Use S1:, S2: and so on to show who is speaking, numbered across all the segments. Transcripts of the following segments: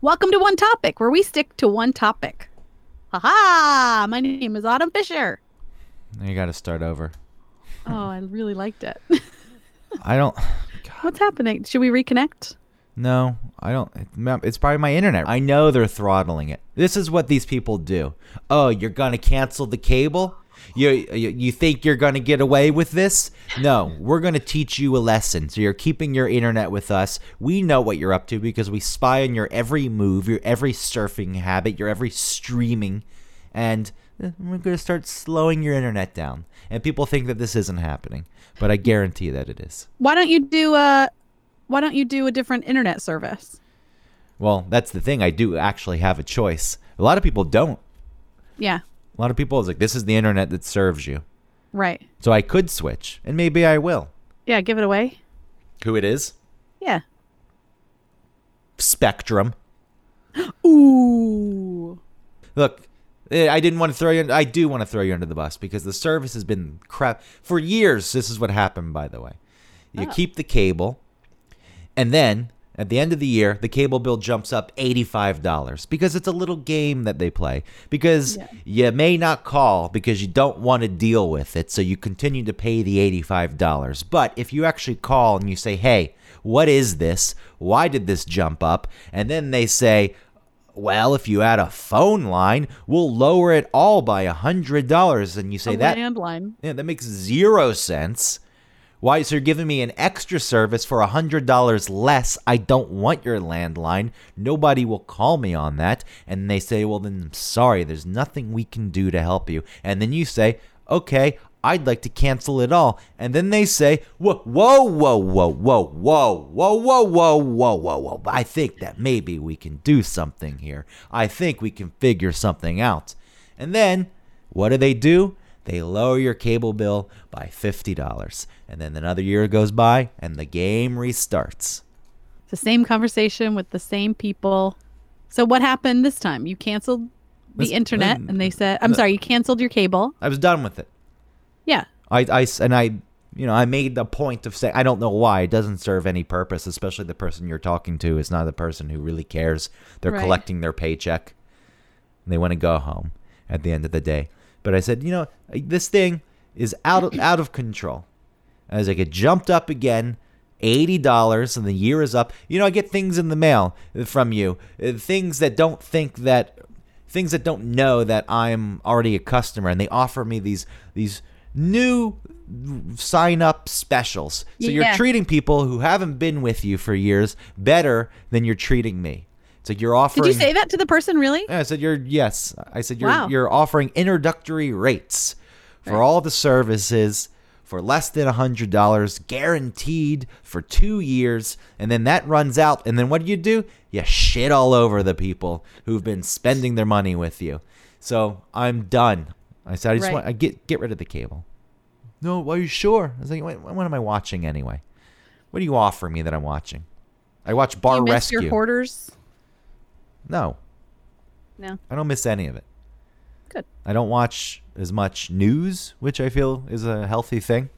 S1: Welcome to One Topic, where we stick to one topic. Haha! My name is Autumn Fisher.
S2: You got to start over.
S1: Oh, I really liked it.
S2: I don't.
S1: What's happening? Should we reconnect?
S2: No, I don't. it- ma- It's probably my internet. I know they're throttling it. This is what these people do. Oh, you're gonna cancel the cable? You you, you think you're gonna get away with this? No, we're gonna teach you a lesson. So you're keeping your internet with us. We know what you're up to because we spy on your every move, your every surfing habit, your every streaming, and eh, we're gonna start slowing your internet down. And people think that this isn't happening, but I guarantee that it is.
S1: Why don't you do a Why don't you do a different internet service?
S2: Well, that's the thing. I do actually have a choice. A lot of people don't.
S1: Yeah,
S2: A lot of people is like, this is the internet that serves you.
S1: right.
S2: So I could switch, and maybe I will.
S1: Yeah, give it away.
S2: Who it is?
S1: Yeah.
S2: Spectrum.
S1: Ooh.
S2: Look, eh, I didn't want to throw you. I do want to throw you under the bus because the service has been crap for years. This is what happened, by the way. You keep the cable, and then at the end of the year, the cable bill jumps up eighty-five dollars because it's a little game that they play. Because you may not call because you don't want to deal with it, so you continue to pay the eighty-five dollars. But if you actually call and you say, "Hey, what is this? Why did this jump up?" and then they say, well, if you add a phone line, we'll lower it all by a hundred dollars. And you say
S1: a
S2: that
S1: landline.
S2: yeah, that makes zero sense. Why? So you're giving me an extra service for a hundred dollars less. I don't want your landline. Nobody will call me on that. And they say, well, then I'm sorry. There's nothing we can do to help you. And then you say, okay, I'd like to cancel it all. And then they say, whoa, whoa, whoa, whoa, whoa, whoa, whoa, whoa, whoa, whoa, whoa, whoa. I think that maybe we can do something here. I think we can figure something out. And then what do they do? They lower your cable bill by $50. And then another year goes by and the game restarts.
S1: It's the same conversation with the same people. So what happened this time? You canceled the
S2: This-
S1: internet,
S2: um,
S1: and they said, "I'm sorry, you canceled your cable."
S2: I was done with it.
S1: Yeah.
S2: I, I s- and I, you know, I made the point of saying, I don't know why. It doesn't serve any purpose, especially the person you're talking to is not the person who really cares. They're
S1: Right.
S2: collecting their paycheck and they want to go home at the end of the day. But I said, you know, this thing is out of, out of control. I was like, it jumped up again, eighty dollars, and the year is up. You know, I get things in the mail from you, uh, things that don't think that, things that don't know that I'm already a customer, and they offer me these these new sign up specials. So you're
S1: Yeah.
S2: treating people who haven't been with you for years better than you're treating me. It's like you're offering.
S1: Did you say that to the person? Really?
S2: Yeah, I said you're yes. I said you're
S1: Wow.
S2: you're offering introductory rates for all the services for less than hundred dollars, guaranteed for two years, and then that runs out. And then what do you do? You shit all over the people who've been spending their money with you. So I'm done. I said I just
S1: Right.
S2: want I get get rid of the cable. No, are you sure? I was like, what, what am I watching anyway? What do you offer me that I'm watching? I watch Bar
S1: you missed
S2: Rescue.
S1: your hoarders.
S2: no,
S1: No.
S2: I don't miss any of it.
S1: Good.
S2: I don't watch as much news, which I feel is a healthy thing.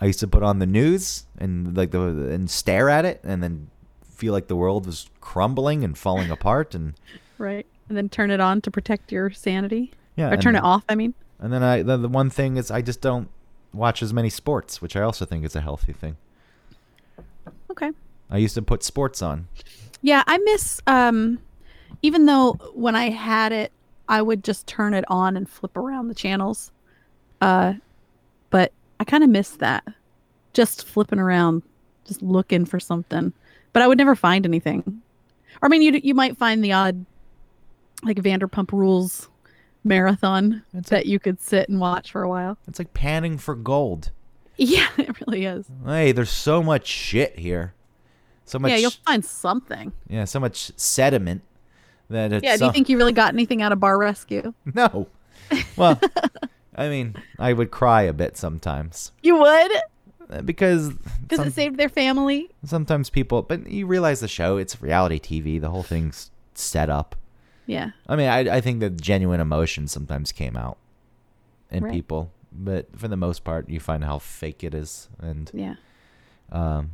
S2: I used to put on the news and like the and stare at it and then feel like the world was crumbling and falling apart and
S1: Right. And then turn it on to protect your sanity.
S2: Yeah,
S1: Or
S2: and-
S1: turn it off, I mean.
S2: and then I the, the one thing is I just don't watch as many sports, which I also think is a healthy thing.
S1: Okay.
S2: I used to put sports on.
S1: Yeah, I miss um even though when I had it I would just turn it on and flip around the channels. Uh but I kind of miss that. Just flipping around, just looking for something. But I would never find anything. Or I mean you you might find the odd like Vanderpump Rules marathon
S2: It's
S1: that you could sit and watch for a while.
S2: It's like panning for gold.
S1: Yeah, it really is.
S2: Hey, there's so much shit here. So much
S1: yeah, you'll find something.
S2: yeah, so much sediment that it's
S1: Yeah, do you
S2: so-
S1: think you really got anything out of Bar Rescue?
S2: No. Well, I mean, I would cry a bit sometimes
S1: You would?
S2: Uh, because
S1: Because
S2: some-
S1: it saved their family?
S2: sometimes people, but you realize the show, it's reality TV, the whole thing's set up.
S1: Yeah.
S2: I mean, I, I think that genuine emotion sometimes came out in
S1: Right.
S2: people, but for the most part, you find how fake it is. And
S1: Yeah.
S2: um,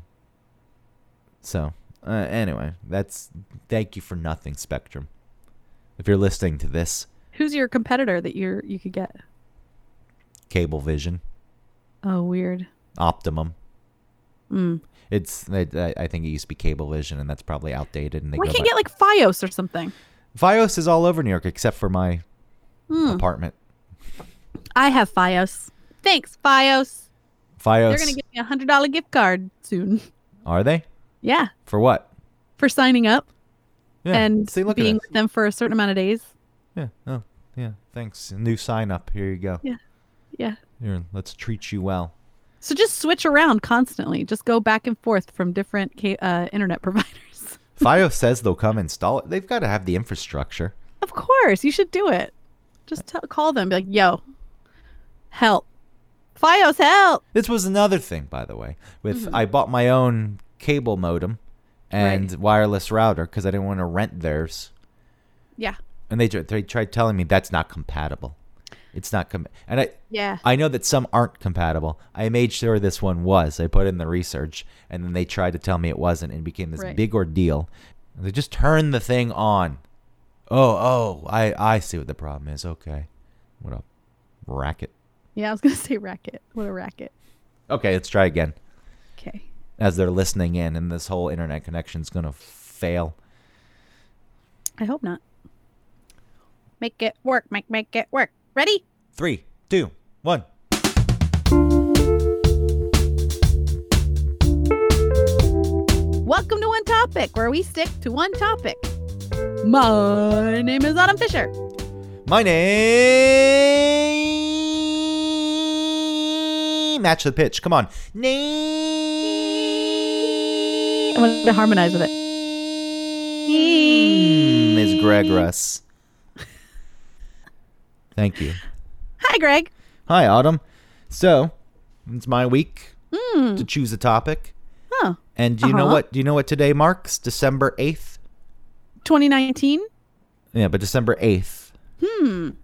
S2: so Uh, anyway, that's thank you for nothing, Spectrum. If you're listening to this,
S1: Who's your competitor that you're you could get?
S2: Cablevision,
S1: Oh, weird.
S2: Optimum.
S1: Mm.
S2: It's I, I- I think it used to be Cablevision, and that's probably outdated. And they
S1: We
S2: go
S1: can
S2: back-
S1: get like FiOS or something.
S2: Fios is all over New York except for my
S1: Hmm.
S2: apartment.
S1: I have FiOS. Thanks, FiOS.
S2: Fios,
S1: They're gonna give me a hundred dollar gift card soon.
S2: are they
S1: Yeah,
S2: for what?
S1: for signing up
S2: Yeah.
S1: and
S2: see, look
S1: being
S2: at
S1: with them for a certain amount of days.
S2: that. Yeah. Oh, yeah. Thanks. New sign up. Here you go.
S1: Yeah. Yeah.
S2: Here, let's treat you well.
S1: So just switch around constantly. Just go back and forth from different ca- uh, internet providers.
S2: Fios says they'll come install it. They've got to have the infrastructure.
S1: of course, you should do it. Just tell, call them. Be like, yo, help. FiOS, help.
S2: This was another thing, by the way. With
S1: Mm-hmm.
S2: I bought my own cable modem and wireless router because I didn't want to rent theirs,
S1: Yeah.
S2: and they tr- they tried telling me that's not compatible. It's not com. And I
S1: Yeah.
S2: I know that some aren't compatible. I made sure this one was. I put in the research, and then they tried to tell me it wasn't, and it became this
S1: Right.
S2: big ordeal. And they just turned the thing on. Oh, oh, I I see what the problem is. Okay, what a racket.
S1: Yeah, I was gonna say racket. What a racket.
S2: Okay, let's try again.
S1: Okay.
S2: As they're listening in, and this whole internet connection's gonna fail.
S1: I hope not. Make it work, Mike. Make it work. Ready?
S2: Three, two, one.
S1: Welcome to One Topic, where we stick to one topic. My name is Autumn Fisher.
S2: My name. Match the pitch. Come on. Name.
S1: I wanted to harmonize with it.
S2: Name is Greg Russ. Thank you.
S1: Hi, Greg.
S2: Hi, Autumn. So, it's my week to choose a
S1: Hmm.
S2: topic.
S1: Huh.
S2: And do you know
S1: Uh-huh.
S2: what? Do you know what today marks? December eighth.
S1: 2019?
S2: Yeah, but December eighth.
S1: No,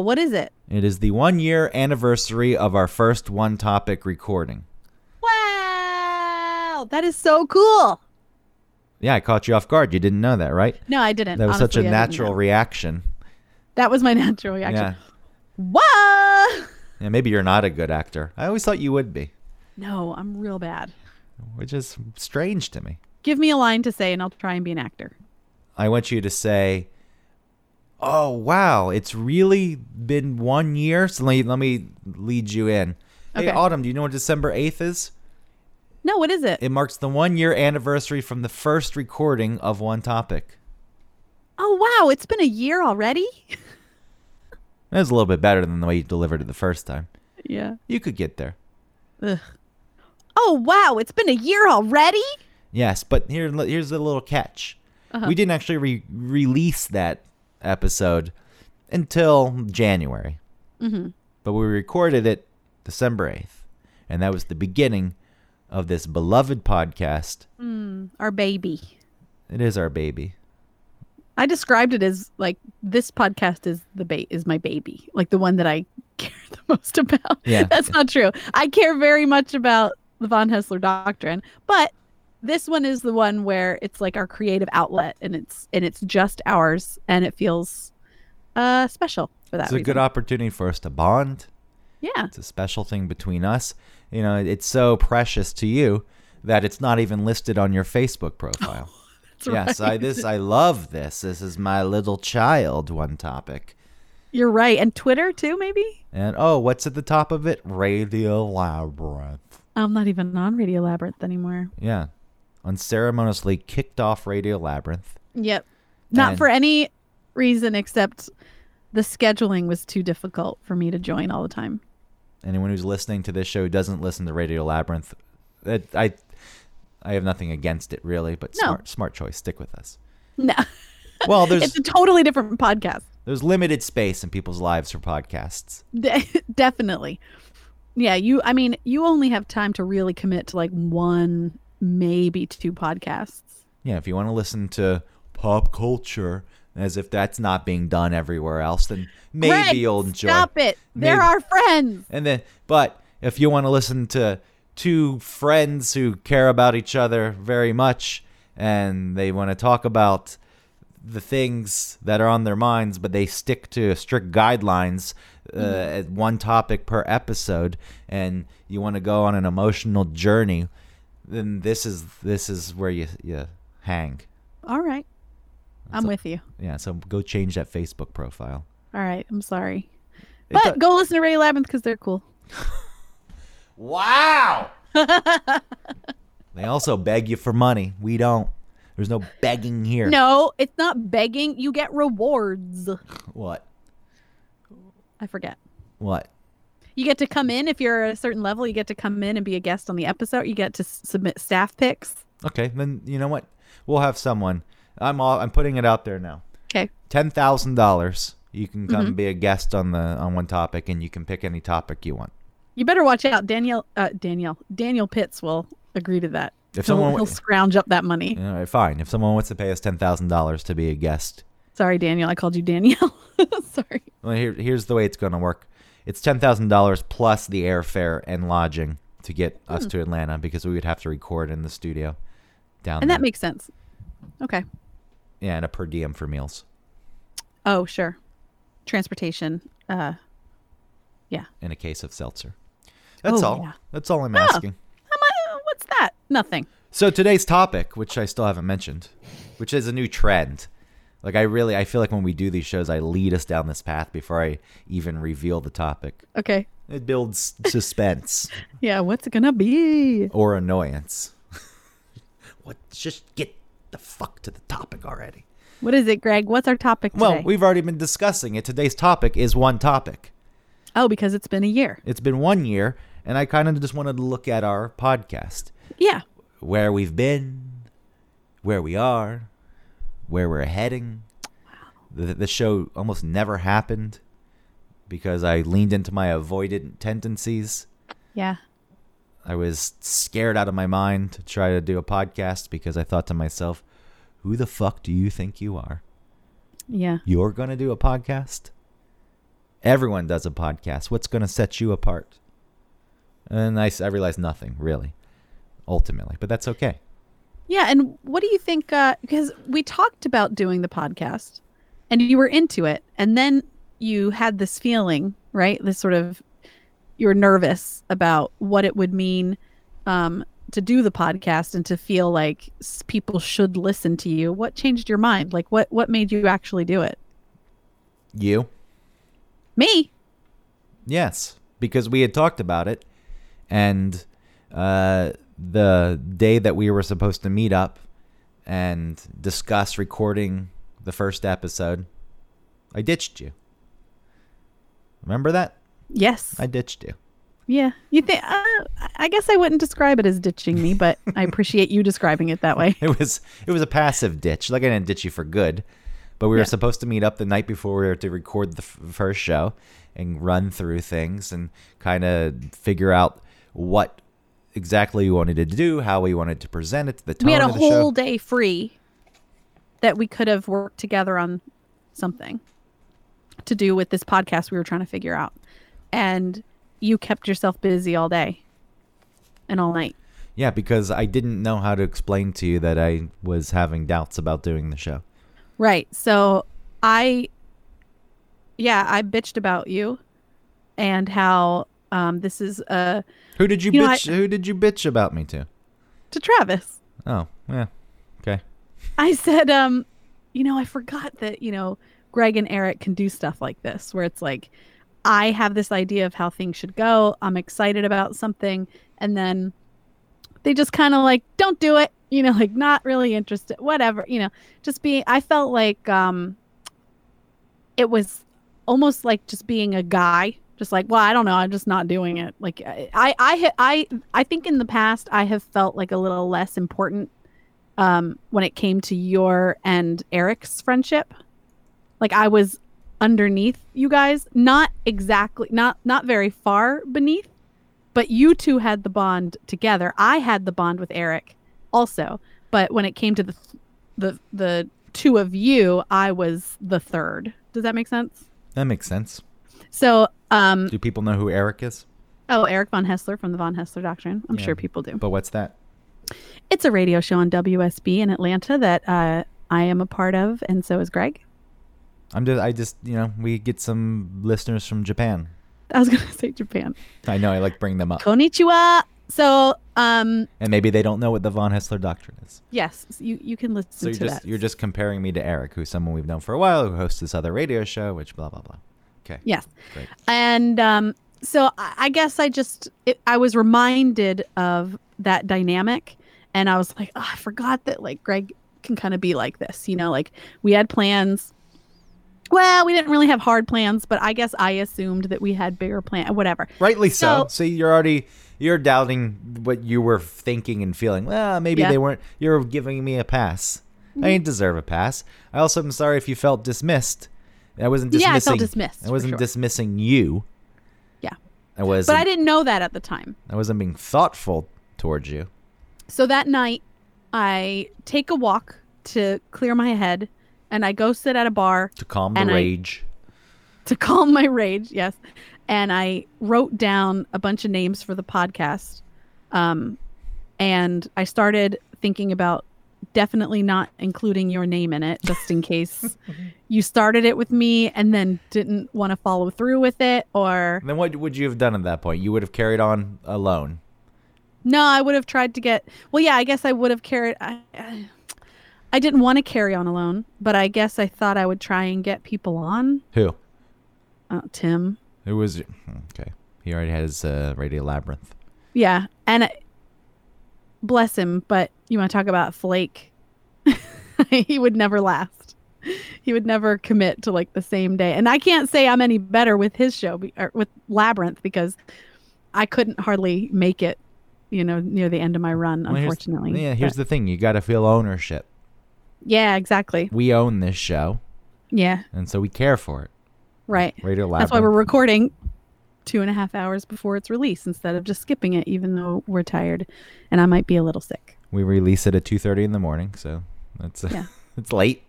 S1: what is it?
S2: It is the one year anniversary of our first one topic recording.
S1: Wow, that is so cool.
S2: Yeah, I caught you off guard. You didn't know that, right?
S1: No, I didn't.
S2: That was
S1: Honestly,
S2: such a
S1: I didn't
S2: natural
S1: know.
S2: reaction.
S1: That was my natural reaction.
S2: Yeah.
S1: Whoa!
S2: yeah. Maybe you're not a good actor. I always thought you would be,
S1: No, I'm real bad.
S2: which is strange to me.
S1: Give me a line to say, and I'll try and be an actor.
S2: I want you to say, "Oh wow, it's really been one year." So let, let me lead you in. Hey,
S1: Okay.
S2: Autumn, do you know what December eighth is?
S1: No, what is it?
S2: It marks the one year anniversary from the first recording of One Topic.
S1: oh, wow, it's been a year already?
S2: That was a little bit better than the way you delivered it the first time.
S1: yeah.
S2: You could get there.
S1: Ugh. Oh, wow, it's been a year already?
S2: Yes, but here here's the little catch.
S1: Uh-huh.
S2: We didn't actually re- release that episode until January,
S1: Mhm.
S2: but we recorded it December 8th, and that was the beginning of this beloved podcast.
S1: Mm, our baby.
S2: It is our baby.
S1: I described it as like this podcast is the ba- is my baby, like the one that I care the most about.
S2: Yeah.
S1: That's not true. I care very much about the von Hessler doctrine, but this one is the one where it's like our creative outlet and it's and it's just ours and it feels uh special for that
S2: It's a
S1: reason.
S2: good opportunity for us to bond.
S1: yeah.
S2: It's a special thing between us. You know, it's so precious to you that it's not even listed on your Facebook profile.
S1: That's
S2: yes,
S1: right.
S2: I this I love this. This is my little child one topic.
S1: You're right. And Twitter too maybe?
S2: And oh, what's at the top of it? Radio Labyrinth.
S1: I'm not even on Radio Labyrinth anymore.
S2: Yeah. Unceremoniously kicked off Radio Labyrinth.
S1: Yep. Not
S2: And-
S1: for any reason except the scheduling was too difficult for me to join all the time.
S2: Anyone who's listening to this show who doesn't listen to Radio Labyrinth, that I I have nothing against it really, but
S1: No.
S2: smart smart choice. Stick with us.
S1: No,
S2: Well,
S1: it's
S2: there's
S1: a totally different podcast.
S2: there's limited space in people's lives for podcasts.
S1: De- definitely. Yeah, you I mean, you only have time to really commit to like one, maybe two podcasts.
S2: Yeah, if you want to listen to pop culture as if that's not being done everywhere else, then maybe
S1: Greg,
S2: you'll enjoy.
S1: Stop it. They're
S2: Maybe.
S1: our friends.
S2: And then, but if you want to listen to two friends who care about each other very much and they want to talk about the things that are on their minds, but they stick to strict guidelines uh, at one topic per episode, and you want to go on an emotional journey, then this is this is where you you hang.
S1: All right. I'm
S2: So-
S1: with you.
S2: Yeah, so go change that Facebook profile.
S1: All right. I'm sorry.
S2: It
S1: But go listen to Ray Labyrinth because they're cool.
S2: Wow. they also beg you for money. We don't. There's no begging here.
S1: No, it's not begging. You get rewards.
S2: What?
S1: I forget.
S2: What?
S1: You get to come in if you're at a certain level. You get to come in and be a guest on the episode. You get to s- submit staff picks.
S2: Okay, then you know what? We'll have someone. I'm all, I'm putting it out there now.
S1: Okay.
S2: ten thousand dollars, you can come be a guest on the on one topic, and you can pick any topic you want.
S1: You better watch out, Danielle. Uh, Danielle. Daniel Pitts will agree to that.
S2: If
S1: he'll,
S2: someone
S1: he'll
S2: w-
S1: scrounge up that money.
S2: All right, fine. If someone wants to pay us ten thousand dollars to be a guest,
S1: Sorry, Daniel. I called you Danielle. Sorry.
S2: well, here, here's the way it's going to work: it's ten thousand dollars plus the airfare and lodging to get
S1: Hmm.
S2: us to Atlanta because we would have to record in the studio down
S1: And
S2: there.
S1: that makes sense. Okay.
S2: yeah, and a per diem for meals
S1: Oh, sure. Transportation. Uh, yeah.
S2: and a case of seltzer. That's
S1: Oh,
S2: all.
S1: yeah.
S2: That's all I'm asking.
S1: Am I- what's that? Nothing.
S2: So today's topic, which I still haven't mentioned, which is a new trend. Like I really, I feel like when we do these shows, I lead us down this path before I even reveal the topic.
S1: Okay.
S2: It builds suspense
S1: Yeah. What's it gonna be?
S2: or annoyance. what? Just get the fuck to the topic already.
S1: What is it, Greg? What's our topic today?
S2: Well, we've already been discussing it. Today's topic is one topic.
S1: oh, because it's been a year.
S2: It's been one year, and I kind of just wanted to look at our podcast.
S1: Yeah.
S2: where we've been, where we are, where we're heading. The, the show almost never happened because I leaned into my avoidant tendencies.
S1: Yeah.
S2: I was scared out of my mind to try to do a podcast because I thought to myself, who the fuck do you think you are?
S1: Yeah.
S2: You're going to do a podcast? Everyone does a podcast. What's going to set you apart? And I, s- I realized nothing, really, ultimately, but that's okay.
S1: Yeah. And what do you think? Uh, because we talked about doing the podcast, and you were into it, and then you had this feeling, right? This sort of you were nervous about what it would mean um, to do the podcast and to feel like s- people should listen to you. What changed your mind? Like, what what made you actually do it?
S2: You?
S1: Me?
S2: Yes, because we had talked about it, and uh, the day that we were supposed to meet up and discuss recording the first episode, I ditched you. Remember that?
S1: Yes.
S2: I ditched you.
S1: yeah. You think? Uh, I guess I wouldn't describe it as ditching me, but I appreciate you describing it that way.
S2: It was it was a passive ditch. Like I didn't ditch you for good, but we
S1: Yeah.
S2: were supposed to meet up the night before we were to record the f- first show and run through things and kind of figure out what exactly we wanted to do, how we wanted to present it, the tone
S1: we had a
S2: of the show.
S1: whole day free that we could have worked together on something to do with this podcast we were trying to figure out and you kept yourself busy all day and all night
S2: Yeah, because I didn't know how to explain to you that I was having doubts about doing the show.
S1: right so i yeah i bitched about you and how um this is uh
S2: Who did you,
S1: You know,
S2: bitch? who did you bitch about me to?
S1: to travis
S2: Oh, yeah. Okay.
S1: I said, um, you know, I forgot that, you know, Greg and Eric can do stuff like this where it's like, I have this idea of how things should go. I'm excited about something. And then they just kind of like, don't do it. You know, like not really interested, whatever, you know, just being, I felt like, um, it was almost like just being a guy, just like, well, I don't know. I'm just not doing it. Like I, I, I, ha- I, I think in the past I have felt like a little less important um, when it came to your and Eric's friendship. Like I was underneath you guys, not exactly, not not very far beneath, but you two had the bond together. I had the bond with Eric, also, but when it came to the the the two of you, I was the third. Does that make sense?
S2: That makes sense.
S1: So, um,
S2: Do people know who Eric is?
S1: Oh, Eric von Hessler from the von Hessler Doctrine. I'm
S2: Yeah.
S1: sure people do.
S2: But what's that?
S1: It's a radio show on WSB in Atlanta that uh, I am a part of, and so is Greg.
S2: I'm just, I just, you know, we get some listeners from Japan.
S1: I was gonna say Japan.
S2: I know I like bring them up,
S1: Konnichiwa. So, um,
S2: and maybe they don't know what the von Hessler doctrine is.
S1: yes, you you can listen
S2: So
S1: to
S2: you're just
S1: that.
S2: you're just comparing me to Eric, who's someone we've known for a while, who hosts this other radio show, which blah blah blah. Okay,
S1: yes.
S2: great.
S1: And um, so I, I guess I just it, I was reminded of that dynamic, and I was like, oh, I forgot that like Greg can kind of be like this, you know, like we had plans. Well, we didn't really have hard plans, but I guess I assumed that we had bigger plan, whatever.
S2: Rightly so.
S1: So-
S2: See, you're already you're doubting what you were thinking and feeling. Well, maybe
S1: Yeah.
S2: they weren't. You're giving me a pass. I didn't deserve a pass. I also am sorry if you felt dismissed. I wasn't dismissing.
S1: Yeah, I felt dismissed,
S2: I
S1: for
S2: wasn't
S1: sure.
S2: dismissing you.
S1: Yeah,
S2: I was.
S1: but I
S2: I,
S1: didn't know that at the time.
S2: wasn't being thoughtful towards you.
S1: So that night, I take a walk to clear my head, and I go sit at a bar
S2: To calm the
S1: And I-
S2: rage.
S1: to calm my rage. Yes, and I wrote down a bunch of names for the podcast, um, and I started thinking about definitely not including your name in it, just in case you started it with me and then didn't want to follow through with it, or
S2: then what would you have done at that point? You would have carried on alone.
S1: No, I would have tried to get. Well, yeah, I guess I would have carried. I, I, I didn't want to carry on alone, but I guess I thought I would try and get people on.
S2: Who?
S1: Uh, Tim.
S2: Who was? Okay, he already had his uh, radio labyrinth.
S1: Yeah, and I, bless him, but you want to talk about flake? he would never last. He would never commit to like the same day. And I can't say I'm any better with his show be- or with Labyrinth because I couldn't hardly make it, you know, near the end of my run,
S2: Well, here's-
S1: unfortunately.
S2: yeah, here's
S1: But-
S2: the thing: you got to feel ownership.
S1: yeah, exactly.
S2: We own this show,
S1: Yeah,
S2: and so we care for it.
S1: right.
S2: Radio Lab.
S1: That's why we're recording two and a half hours before its release instead of just skipping it, even though we're tired and I might be a little sick.
S2: we release it at two thirty in the morning, so that's
S1: Yeah.
S2: it's late.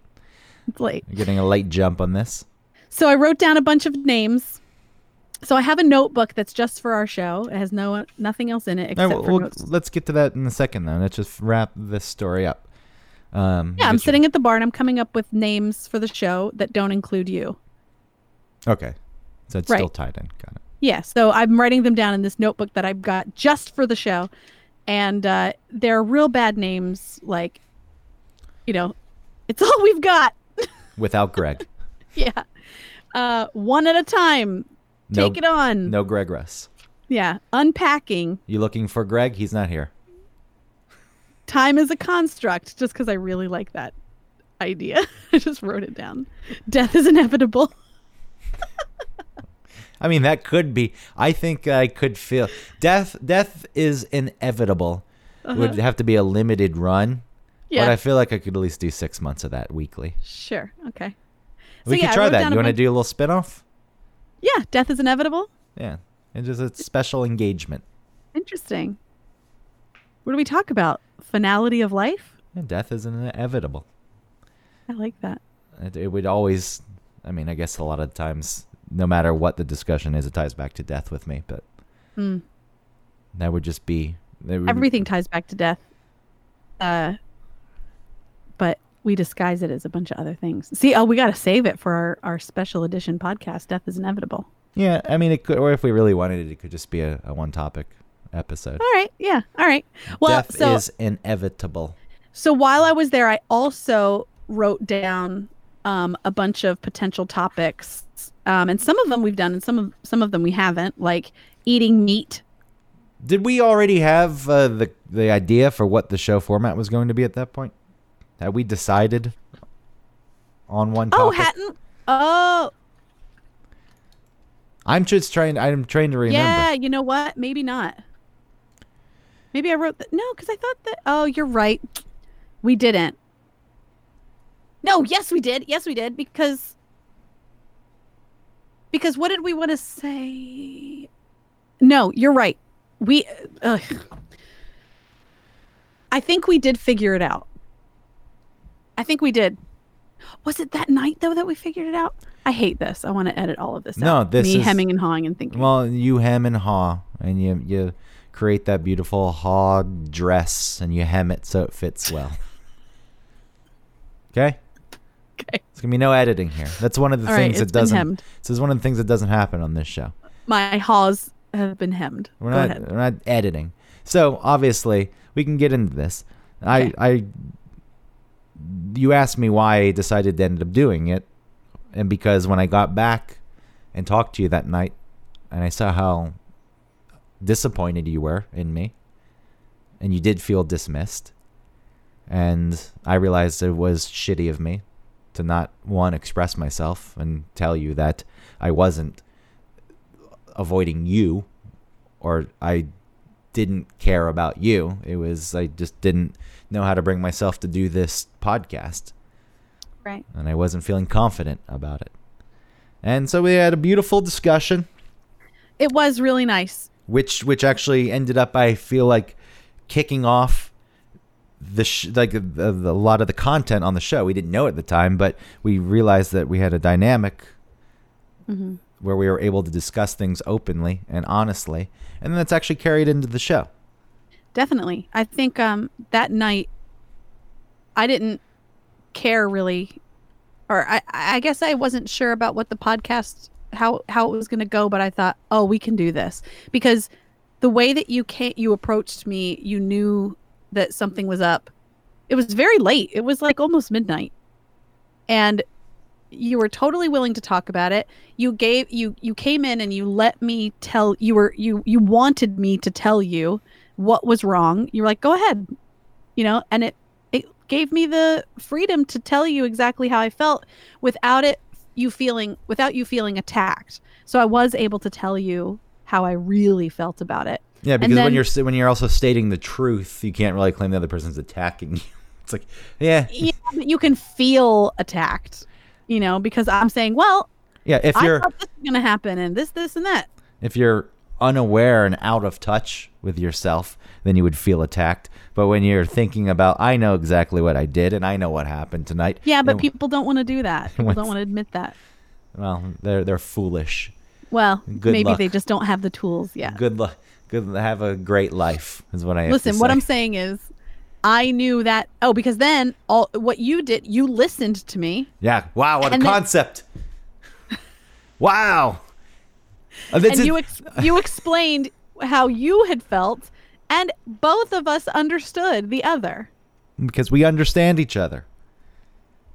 S1: It's late.
S2: You're getting a late jump on this.
S1: So I wrote down a bunch of names. So I have a notebook that's just for our show. It has no nothing else in it
S2: All
S1: except
S2: right, well,
S1: for
S2: well,
S1: notes.
S2: let's get to that in a second, though. Let's just wrap this story up. Um,
S1: Yeah, I'm
S2: get your-
S1: sitting at the bar and I'm coming up with names for the show that don't include you.
S2: okay, so it's
S1: Right.
S2: still tied in. Got it.
S1: Yeah, so I'm writing them down in this notebook that I've got just for the show. And uh, they're real bad names, like, you know, it's all we've got.
S2: Without Greg,
S1: yeah. Uh, one at a time.
S2: no,
S1: Take it on.
S2: no Greg Russ.
S1: Yeah. Unpacking.
S2: You looking for Greg? He's not here.
S1: Time is a construct, just because I really like that idea. I just wrote it down. Death is inevitable.
S2: I mean, that could be. I think I could feel death. Death is inevitable. It Would have to be a limited run,
S1: Uh-huh. Yeah.
S2: but I feel like I could at least do six months of that weekly.
S1: sure. Okay.
S2: we
S1: yeah,
S2: could
S1: I
S2: try
S1: wrote
S2: that.
S1: down
S2: You
S1: a
S2: want to
S1: bunch-
S2: do a little spinoff?
S1: Yeah. Death is inevitable.
S2: Yeah, and just a special engagement.
S1: Interesting. What do we talk about? Finality of life?
S2: Yeah, death is inevitable.
S1: I like that.
S2: It, it would always. I mean, I guess a lot of times, no matter what the discussion is, it ties back to death with me. But
S1: Hmm.
S2: that would just be that would-
S1: Everything ties back to death. Uh, but we disguise it as a bunch of other things. See, oh, we got to save it for our, our special edition podcast, Death is Inevitable.
S2: Yeah, I mean, it could, or if we really wanted it, it could just be a, a one-topic episode.
S1: All right. Yeah. All right. Well,
S2: death
S1: so
S2: is inevitable.
S1: so while I was there, I also wrote down um, a bunch of potential topics, um, and some of them we've done, and some of some of them we haven't, like eating meat.
S2: Did we already have uh, the the idea for what the show format was going to be at that point? Had we decided on one
S1: Oh,
S2: topic?
S1: hadn't. Oh,
S2: I'm just trying. I'm trying to remember.
S1: yeah. You know what? Maybe not. Maybe I wrote that. No, because I thought that. Oh, you're right. We didn't. No. Yes, we did. Yes, we did. Because. Because what did we want to say? No, you're right. We. uh, Ugh. I think we did figure it out. I think we did. Was it that night though that we figured it out? I hate this. I want to edit all of this.
S2: No,
S1: out.
S2: this
S1: me
S2: is-
S1: hemming and hawing and thinking.
S2: Well, you hem and haw, and you you create that beautiful haw dress, and you hem it so it fits well. Okay,
S1: okay,
S2: it's gonna be no editing here. That's one of the
S1: All right,
S2: things
S1: it's
S2: that
S1: been
S2: doesn't.
S1: hemmed.
S2: This is one of the things that doesn't happen on this show.
S1: my haws have been hemmed.
S2: We're
S1: Go
S2: not
S1: ahead.
S2: we're not editing. So obviously we can get into this.
S1: Okay.
S2: I I you asked me why I decided to end up doing it, and because when I got back and talked to you that night, and I saw how disappointed you were in me, and you did feel dismissed, and I realized it was shitty of me to not one express myself and tell you that I wasn't avoiding you or I didn't care about you. It was I just didn't know how to bring myself to do this podcast
S1: Right.
S2: and I wasn't feeling confident about it. And so we had a beautiful discussion
S1: It was really nice.
S2: which which actually ended up I feel like kicking off the sh- like the, the, a lot of the content on the show. We didn't know at the time, but we realized that we had a dynamic where we were able to discuss things openly and honestly, and that's actually carried into the show.
S1: Definitely. I think um that night I didn't care really or I I guess I wasn't sure about what the podcast how how it was going to go, but I thought, "Oh, we can do this." Because the way that you can you approached me, you knew that something was up. It was very late. It was like almost midnight. And you were totally willing to talk about it. You gave you you came in and you let me tell you were you you wanted me to tell you what was wrong you were like go ahead you know and it it gave me the freedom to tell you exactly how i felt without it you feeling without you feeling attacked so i was able to tell you how i really felt about it
S2: Yeah,
S1: And
S2: because when
S1: then-
S2: you're s- when you're also stating the truth, you can't really claim the other person's attacking you. It's like, yeah,
S1: yeah, but you can feel attacked you know because i'm saying well
S2: yeah. If
S1: i
S2: you're
S1: thought this was going to happen and this this and that
S2: If you're unaware and out of touch with yourself, then you would feel attacked. But when you're thinking about, I know exactly what I did and I know what happened tonight.
S1: yeah but
S2: then-
S1: people don't want to do that people
S2: What's-
S1: don't want to admit that
S2: well, they're they're foolish.
S1: well
S2: Good
S1: maybe
S2: luck.
S1: they just don't have the tools yet
S2: Good luck. Good. Have a great life is what I have to
S1: Listen, what
S2: say.
S1: I'm saying is, I knew that. Oh, because then all what you did, you listened to me.
S2: Yeah. Wow. What a
S1: And then-
S2: concept. wow. Uh, this
S1: and
S2: is-
S1: you ex- you explained how you had felt, and both of us understood the other.
S2: because we understand each other.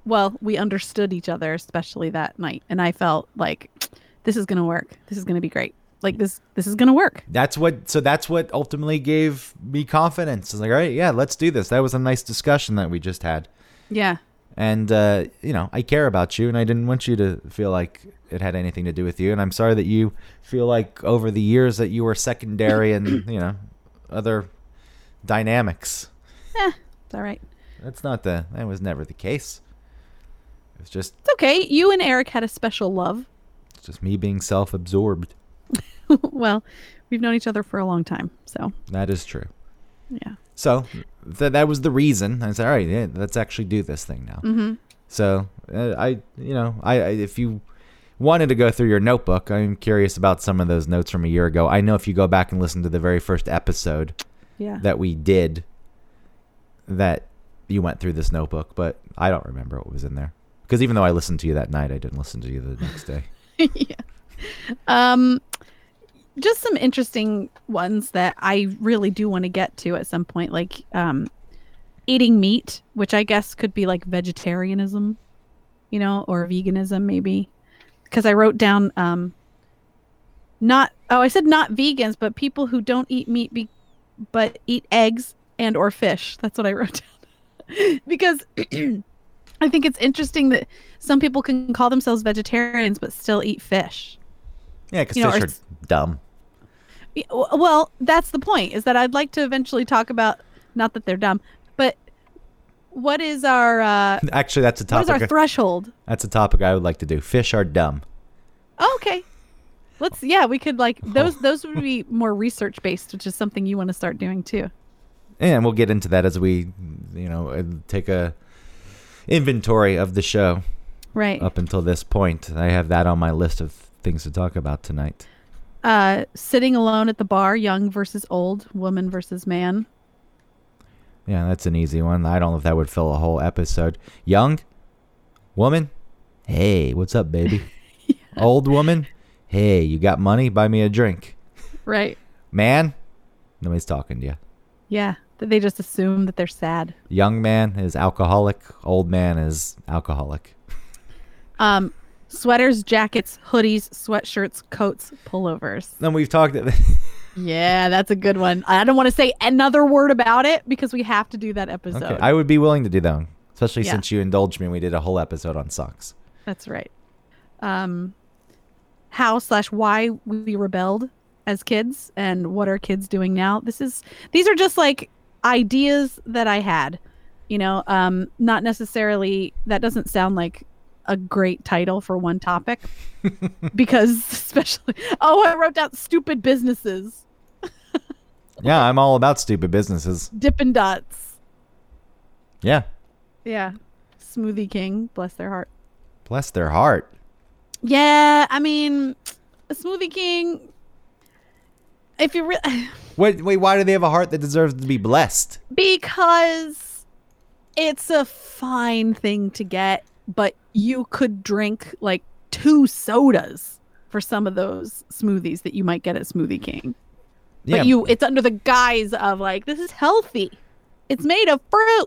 S1: Well, we understood each other, especially that night, and I felt like this is gonna work. This is gonna be great. Like this, this is gonna work.
S2: That's what. So that's what ultimately gave me confidence. It's like, all right, yeah, let's do this. That was a nice discussion that we just had.
S1: Yeah,
S2: and uh, you know i care about you and i didn't want you to feel like it had anything to do with you and i'm sorry that you feel like over the years that you were secondary and you know other dynamics
S1: it's all right.
S2: that's not the that was never the case it's just
S1: It's okay. You and Eric had a special love.
S2: it's just me being self-absorbed
S1: well, we've known each other for a long time, so
S2: that is true
S1: yeah.
S2: so th- that was the reason i said all right yeah, let's actually do this thing now
S1: Mm-hmm.
S2: So uh, I, you know, I, I if you wanted to go through your notebook, I'm curious about some of those notes from a year ago. I know if you go back and listen to the very first episode
S1: Yeah.
S2: that we did, that you went through this notebook, but I don't remember what was in there because even though I listened to you that night, I didn't listen to you the next day.
S1: yeah. Um, just some interesting ones that I really do want to get to at some point, like um, eating meat, which I guess could be like vegetarianism, you know, or veganism maybe, because I wrote down um, not oh I said not vegans, but people who don't eat meat be, but eat eggs and or fish. That's what I wrote down because. I think it's interesting that some people can call themselves vegetarians but still eat fish.
S2: Yeah, because
S1: You know,
S2: fish
S1: or
S2: are
S1: s-
S2: dumb.
S1: Y- w- Well, that's the point is that I'd like to eventually talk about not that they're dumb, but what is our uh,
S2: Actually, that's a
S1: what is
S2: topic.
S1: our threshold?
S2: that's a topic I would like to do. Fish are dumb.
S1: Oh, okay. Let's yeah, we could like those those would be more research based, which is something you want to start doing too.
S2: and we'll get into that as we you know uh, take a inventory of the show
S1: right.
S2: up until this point. I have that on my list of things to talk about tonight.
S1: Uh, sitting alone at the bar, young versus old, woman versus man.
S2: Yeah, that's an easy one. I don't know if that would fill a whole episode. Young woman, hey, what's up, baby? Old woman, hey, you got money? Buy me a drink.
S1: Right.
S2: Man, nobody's talking to you.
S1: Yeah. That they just assume that they're sad.
S2: Young man is alcoholic. Old man is alcoholic.
S1: Um, sweaters, jackets, hoodies, sweatshirts, coats, pullovers.
S2: Then we've talked.
S1: Yeah, that's a good one. I don't want to say another word about it because we have to do that episode.
S2: Okay, I would be willing to do that, one, especially
S1: Yeah.
S2: since you indulged me. and We did a whole episode on socks.
S1: That's right. Um, how slash why we rebelled as kids and what are kids doing now? This is these are just like ideas that I had, you know. Um, not necessarily that doesn't sound like a great title for one topic because especially oh I wrote down stupid businesses,
S2: Yeah, I'm all about stupid businesses.
S1: Dippin' Dots,
S2: Yeah,
S1: yeah, Smoothie King, bless their heart.
S2: bless their heart.
S1: Yeah, I mean, Smoothie King. If you re-
S2: Wait, wait, why do they have a heart that deserves to be blessed?
S1: because it's a fine thing to get, but you could drink like two sodas for some of those smoothies that you might get at Smoothie King.
S2: Yeah,
S1: But you, it's under the guise of like this is healthy. It's made of fruit.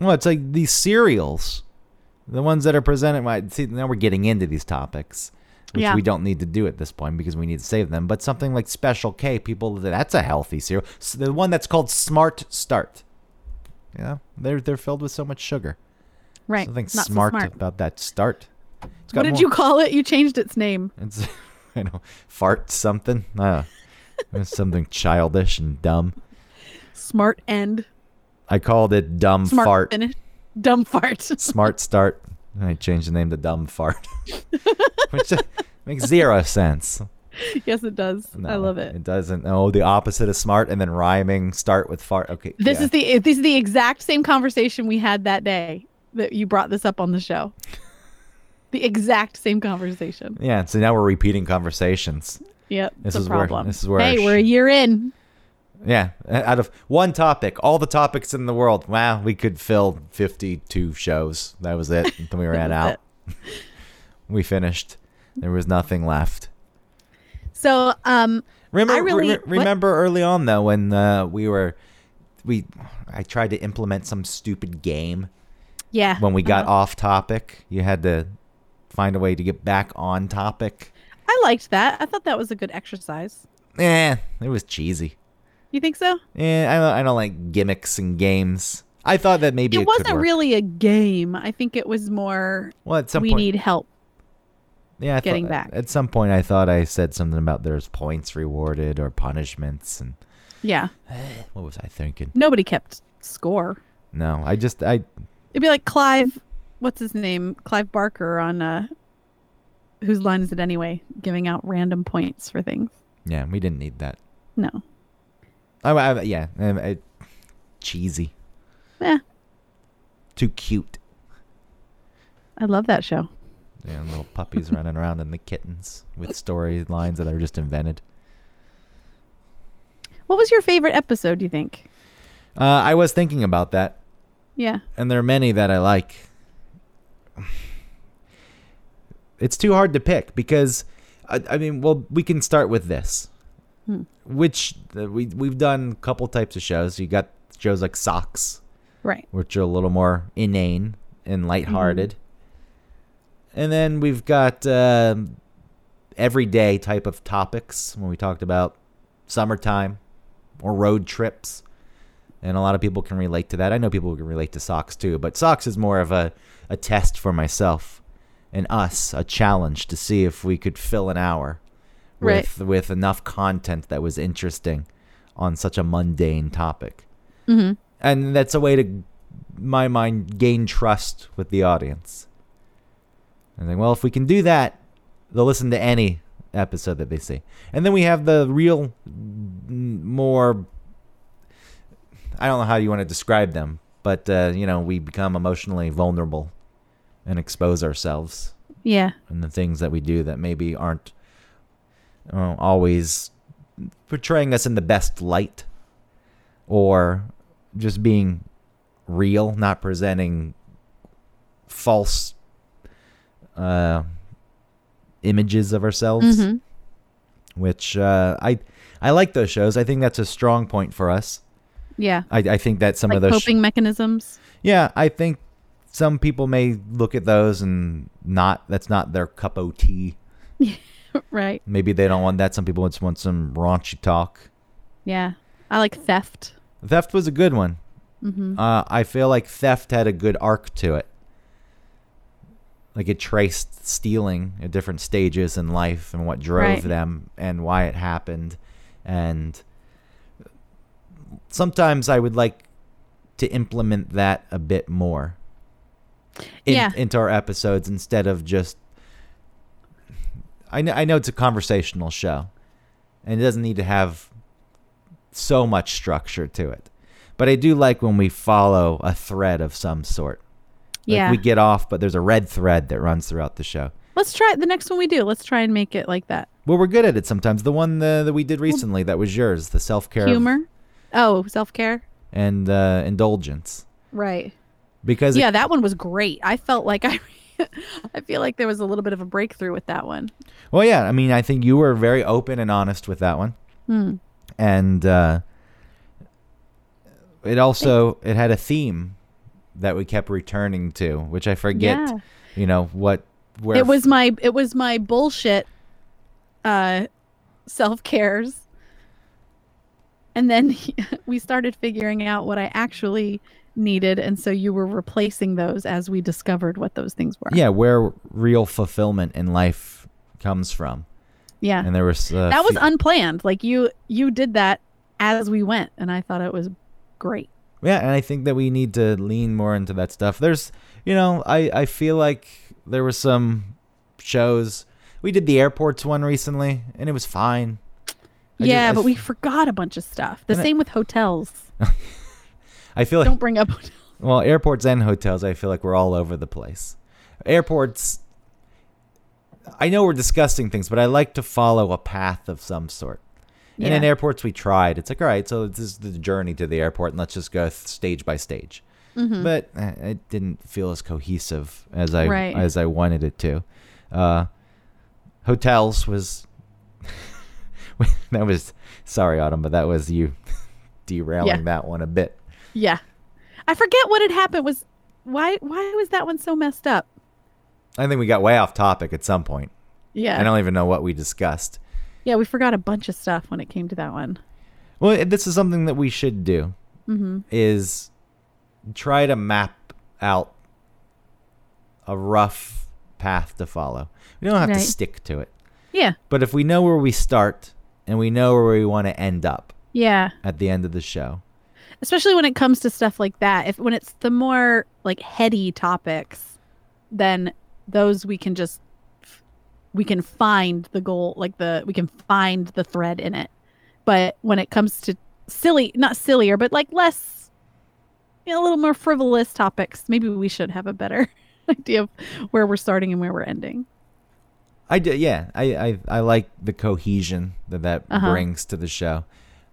S2: Well, it's like these cereals, the ones that are presented. By, see, now we're getting into these topics, which
S1: Yeah.
S2: we don't need to do at this point because we need to save them. But something like Special K, people, that's a healthy cereal. S the one that's called Smart Start. You know, they're they're filled with so much sugar.
S1: Right.
S2: Something
S1: Not so
S2: smart, about that start. It's
S1: What did you call it? You changed its name.
S2: It's I know fart something. Uh, it was something childish and dumb.
S1: Smart end.
S2: I called it dumb
S1: Smart
S2: fart.
S1: finish. Dumb fart.
S2: Smart Start. And I changed the name to Dumb Fart, which just makes zero sense.
S1: yes, it does. I
S2: No,
S1: love it.
S2: It doesn't. Oh, the opposite of smart and then rhyming start with fart. Okay.
S1: This
S2: yeah.
S1: is the this is the exact same conversation we had that day that you brought this up on the show. The exact same conversation.
S2: yeah. So now we're repeating conversations.
S1: Yep.
S2: This
S1: This is
S2: is where-
S1: problem.
S2: this is where
S1: Hey,
S2: sh-
S1: we're a year in.
S2: Yeah. uh, Out of one topic, all the topics in the world. Wow, we could fill fifty-two shows. That was it. Then we ran
S1: was
S2: out. we finished. There was nothing left.
S1: So um
S2: Remember,
S1: I really-
S2: re-
S1: what?
S2: remember early on though when uh, we were, we, I tried to implement some stupid game
S1: yeah.
S2: when we got
S1: Uh-huh.
S2: off topic. You had to find a way to get back on topic.
S1: I liked that. I thought that was a good exercise.
S2: Eh, it was cheesy.
S1: You think so?
S2: Eh, I don't, I don't like gimmicks and games. I thought that maybe it,
S1: it wasn't
S2: could work.
S1: really a game. I think it was more
S2: Well, at some
S1: we
S2: point,
S1: need help.
S2: yeah, I thought-
S1: getting back.
S2: At some point, I thought I said something about there's points rewarded or punishments, and
S1: Yeah.
S2: what was I thinking?
S1: Nobody kept score.
S2: No, I just I
S1: It'd be like Clive, what's his name? Clive Barker on uh, whose line is it anyway? Giving out random points for things.
S2: yeah, we didn't need that.
S1: No,
S2: I, I yeah, um, it, cheesy,
S1: eh,
S2: too cute.
S1: I love that show.
S2: Yeah, little puppies running around and the kittens with storylines that are just invented.
S1: What was your favorite episode? Do you think?
S2: Uh, I was thinking about that,
S1: Yeah,
S2: and there are many that I like. It's too hard to pick because, I, I mean, well, we can start with this,
S1: Hmm.
S2: which uh, we we've done a couple types of shows. You got shows like Socks,
S1: right.
S2: which are a little more inane and lighthearted.
S1: Mm-hmm.
S2: And then we've got um, everyday type of topics when we talked about summertime or road trips. And a lot of people can relate to that. I know people can relate to socks too, but socks is more of a, a test for myself and us, a challenge to see if we could fill an hour
S1: Right.
S2: with with enough content that was interesting on such a mundane topic
S1: hmm
S2: and that's a way to my mind gain trust with the audience and think well if we can do that they'll listen to any episode that they see and then we have the real mm, more i don't know how you want to describe them but uh, you know we become emotionally vulnerable and expose ourselves
S1: Yeah.
S2: and the things that we do that maybe aren't uh, always portraying us in the best light or just being real, not presenting false uh, images of ourselves
S1: hmm
S2: which uh, I I like those shows. I think that's a strong point for us.
S1: Yeah.
S2: I, I think that some
S1: like
S2: of those
S1: coping mechanisms.
S2: yeah, I think some people may look at those and not that's not their cup of tea.
S1: right.
S2: Maybe they don't want that. Some people just want some raunchy talk.
S1: Yeah. I like theft.
S2: Theft was a good one.
S1: hmm
S2: Uh, I feel like theft had a good arc to it. Like it traced stealing at different stages in life and what drove
S1: Right.
S2: them and why it happened. And sometimes I would like to implement that a bit more in,
S1: Yeah.
S2: into our episodes instead of just. I know, I know it's a conversational show and it doesn't need to have so much structure to it. But I do like when we follow a thread of some sort. Like
S1: yeah.
S2: we get off, but there's a red thread that runs throughout the show.
S1: Let's try the next one we do. Let's try and make it like that.
S2: Well, we're good at it sometimes. The one uh, that we did recently that was yours, the self care
S1: Humor. Oh, self care.
S2: and uh, indulgence,
S1: Right.
S2: because it-
S1: Yeah, that one was great. I felt like I, I feel like there was a little bit of a breakthrough with that one.
S2: well, yeah. I mean, I think you were very open and honest with that one,
S1: Hmm.
S2: and uh, it also it had a theme that we kept returning to, which I forget.
S1: Yeah.
S2: You know what? Where
S1: it was my it was my bullshit uh self cares and then we started figuring out what i actually needed and so you were replacing those as we discovered what those things were
S2: yeah, where real fulfillment in life comes from.
S1: yeah
S2: And there was uh,
S1: that was
S2: few-
S1: unplanned like you you did that as we went and i thought it was great
S2: yeah, and I think that we need to lean more into that stuff. There's, you know, I I feel like there were some shows we did the airports one recently, and it was fine. I ju-
S1: yeah
S2: I
S1: but
S2: f-
S1: we forgot a bunch of stuff the
S2: And I-
S1: same with hotels
S2: I feel like
S1: don't bring up hotels.
S2: well, airports and hotels. I feel like we're all over the place. Airports. I know we're discussing things, but I like to follow a path of some sort. And in
S1: Yeah.
S2: airports, we tried. It's like, all right, so this is the journey to the airport, and let's just go th- stage by stage.
S1: Mm-hmm.
S2: But uh, it didn't feel as cohesive as I
S1: Right.
S2: as I wanted it to. Uh, hotels was that was sorry, Autumn, but that was you derailing
S1: Yeah.
S2: that one a bit.
S1: yeah i forget what had happened was why why was that one so messed up
S2: I think we got way off topic at some point.
S1: yeah
S2: I don't even know what we discussed.
S1: Yeah, we forgot a bunch of stuff when it came to that one.
S2: Well, this is something that we should do
S1: hmm
S2: is try to map out a rough path to follow. We don't have to
S1: Right.
S2: stick to it.
S1: Yeah,
S2: But if we know where we start and we know where we want to end up
S1: yeah.
S2: at the end of the show.
S1: Especially when it comes to stuff like that. If when it's the more like heady topics, then those we can just we can find the goal, like the we can find the thread in it. But when it comes to silly, not sillier, but like less, you know, a little more frivolous topics, maybe we should have a better idea of where we're starting and where we're ending.
S2: I do, yeah. I, I, I like the cohesion that that
S1: Uh-huh.
S2: brings to the show.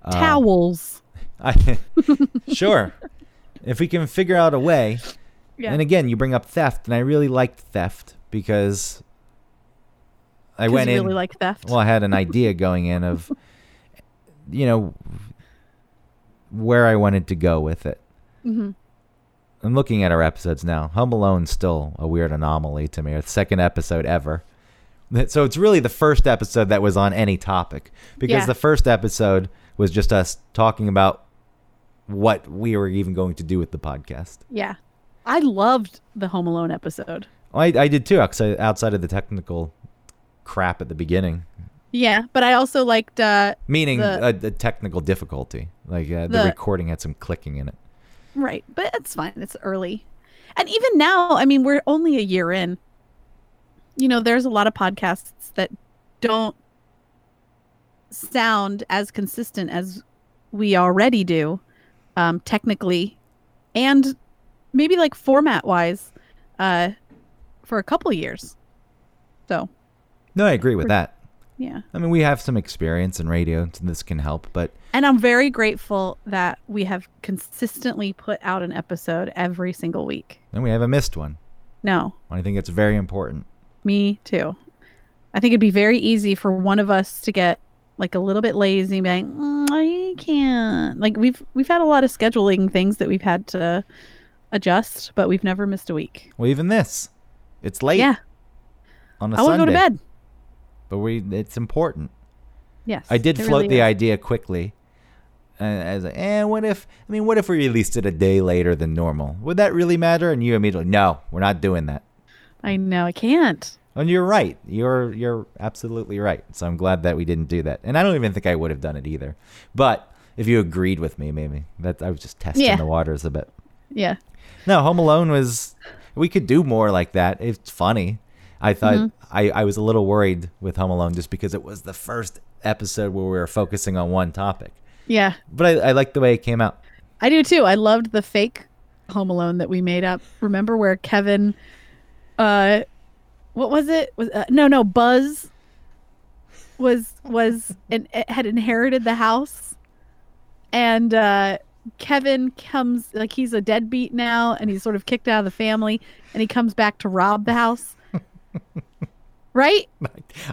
S2: Uh,
S1: Towels.
S2: I, sure. If we can figure out a way,
S1: Yeah.
S2: and again, you bring up theft, and I really liked theft because I
S1: 'Cause
S2: went
S1: you
S2: in.
S1: really like theft.
S2: Well, I had an idea going in of, you know, where I wanted to go with it.
S1: Mhm.
S2: I'm looking at our episodes now. Home Alone's still a weird anomaly to me. It's the second episode ever. That- So it's really the first episode that was on any topic because
S1: Yeah.
S2: the first episode was just us talking about what we were even going to do with the podcast.
S1: Yeah. I loved the Home Alone episode.
S2: I, I did too, outside, outside of the technical crap at the beginning,
S1: Yeah, but I also liked uh
S2: meaning
S1: The-
S2: uh, the technical difficulty. Like uh, the
S1: The-
S2: recording had some clicking in it.
S1: right, but it's fine. It's early. And even now, I mean, we're only a year in. You know, there's a lot of podcasts that don't sound as consistent as we already do um technically and maybe like format wise uh for a couple years. So,
S2: No, I agree with that.
S1: yeah.
S2: I mean, we have some experience in radio, so this can help. But
S1: And I'm very grateful that we have consistently put out an episode every single week.
S2: then we haven't missed one.
S1: No,
S2: I think it's very important.
S1: me too. I think it'd be very easy for one of us to get like a little bit lazy and be like, "Mm, I can't. Like we've we've had a lot of scheduling things that we've had to adjust, but we've never missed a week.
S2: Well, even this, it's late
S1: yeah,
S2: on a
S1: I want to
S2: Sunday,
S1: go to bed.
S2: but we it's important.
S1: Yes,
S2: I did
S1: it
S2: float
S1: really
S2: the
S1: is.
S2: idea quickly. Uh, I was like, eh, what if? I mean, what if we released it a day later than normal? Would that really matter? And you immediately, no, we're not doing that.
S1: I know I can't.
S2: And you're right. You're you're absolutely right. So I'm glad that we didn't do that. And I don't even think I would have done it either. But if you agreed with me, maybe that I was just testing
S1: Yeah.
S2: the waters a bit.
S1: Yeah,
S2: No, Home Alone was. We could do more like that. It's funny. I thought
S1: Mm-hmm.
S2: I, I was a little worried with Home Alone just because it was the first episode where we were focusing on one topic.
S1: yeah,
S2: But I, I liked the way it came out.
S1: I do too. I loved the fake Home Alone that we made up. Remember where Kevin, uh, what was it? Was uh, no, no Buzz was was and had inherited the house, and uh, Kevin comes like he's a deadbeat now, and he's sort of kicked out of the family, and he comes back to rob the house. Right?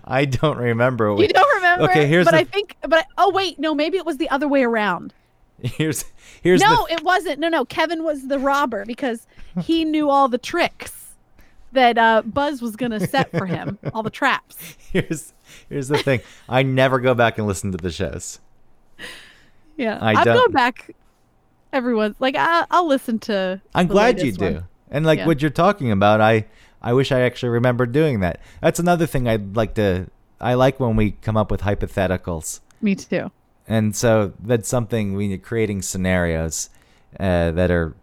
S2: I don't remember. what
S1: You don't remember?
S2: Okay,
S1: it,
S2: here's
S1: but
S2: the-
S1: I think but I, oh wait, no, maybe it was the other way around.
S2: Here's here's
S1: No,
S2: the,
S1: it wasn't. No, no. Kevin was the robber because he knew all the tricks that uh, Buzz was going to set for him, all the traps.
S2: here's here's the thing. I never go back and listen to the shows.
S1: Yeah.
S2: I
S1: I've
S2: don't-
S1: gone back every once. Like, I, I'll listen to.
S2: I'm
S1: the
S2: glad you
S1: latest
S2: do.
S1: one.
S2: And like
S1: Yeah.
S2: what you're talking about, I I wish I actually remembered doing that. That's another thing I'd like to. I like when we come up with hypotheticals,
S1: Me too.
S2: and so that's something when you're creating scenarios uh, that are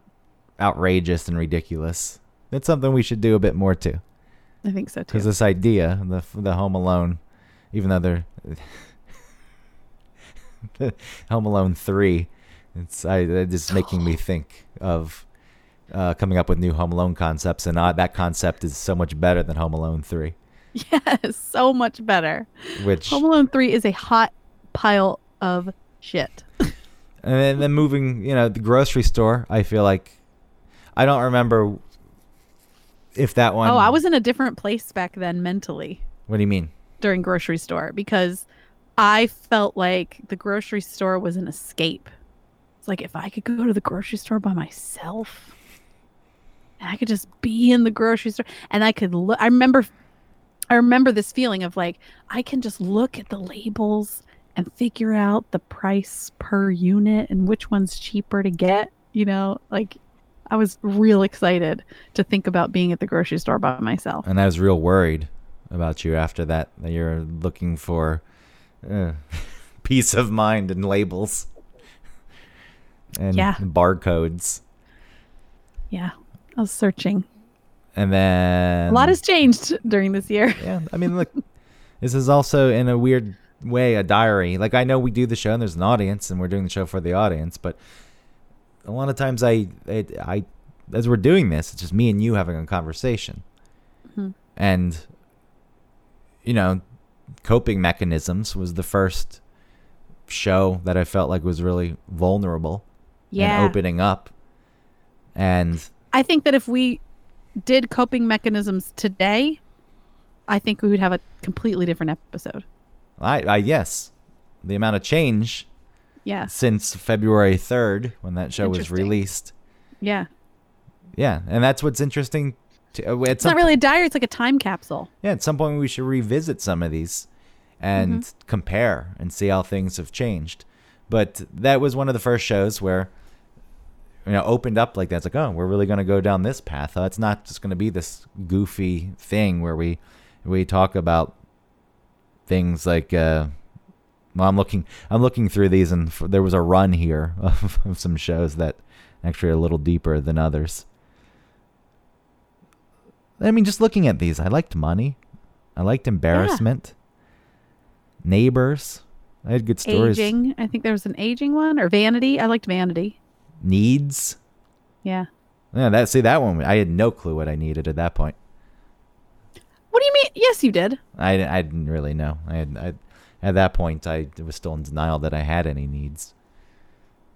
S2: outrageous and ridiculous. That's something we should do a bit more too,
S1: I think so too.
S2: because this idea, the the Home Alone, even though they're Home Alone three, it's I it's just making me think of uh, coming up with new Home Alone concepts, and uh, that concept is so much better than Home Alone three,
S1: Yes. So much better.
S2: which
S1: Home Alone 3 is a hot pile of shit.
S2: And then, then moving, you know, the grocery store. I feel like I don't remember if that one.
S1: Oh, I was in a different place back then mentally.
S2: What do you mean?
S1: during grocery store because I felt like the grocery store was an escape. It's like if I could go to the grocery store by myself, and I could just be in the grocery store and I could look. I remember, I remember this feeling of like I can just look at the labels and figure out the price per unit and which one's cheaper to get. You know, like I was real excited to think about being at the grocery store by myself.
S2: And I was real worried about you after that. That you're looking for uh, peace of mind and labels and
S1: Yeah.
S2: barcodes.
S1: Yeah, I was searching.
S2: And then
S1: a lot has changed during this year.
S2: Yeah, I mean, look, this is also in a weird way a diary. Like I know we do the show and there's an audience and we're doing the show for the audience, but a lot of times I, I, I as we're doing this, it's just me and you having a conversation,
S1: Mhm.
S2: and you know, coping mechanisms was the first show that I felt like was really vulnerable
S1: Yeah.
S2: and opening up, and
S1: I think that if we did coping mechanisms today, I think we would have a completely different episode.
S2: I, I yes, the amount of change
S1: Yeah.
S2: since February 3rd when that show was
S1: Interesting.
S2: released.
S1: Yeah. Yeah.
S2: Yeah, and that's what's interesting. To, uh, at
S1: It's
S2: some,
S1: not really a diary, it's like a time capsule.
S2: yeah, at some point we should revisit some of these and compare and see how things have changed. But that was one of the first shows where you know opened up like that. It's like, oh, we're really going to go down this path. Uh, it's not just going to be this goofy thing where we we talk about things like. Uh, well, I'm looking. I'm looking through these, and f- there was a run here of, of some shows that actually are a little deeper than others. I mean, just looking at these, I liked money. I liked embarrassment. Neighbors. I had good stories.
S1: Aging. I think there was an aging one or vanity. I liked vanity.
S2: Needs.
S1: Yeah.
S2: Yeah, that see that one. I had no clue what I needed at that point.
S1: Yes, you did.
S2: I, I didn't really know. I, had, I at that point I was still in denial that I had any needs.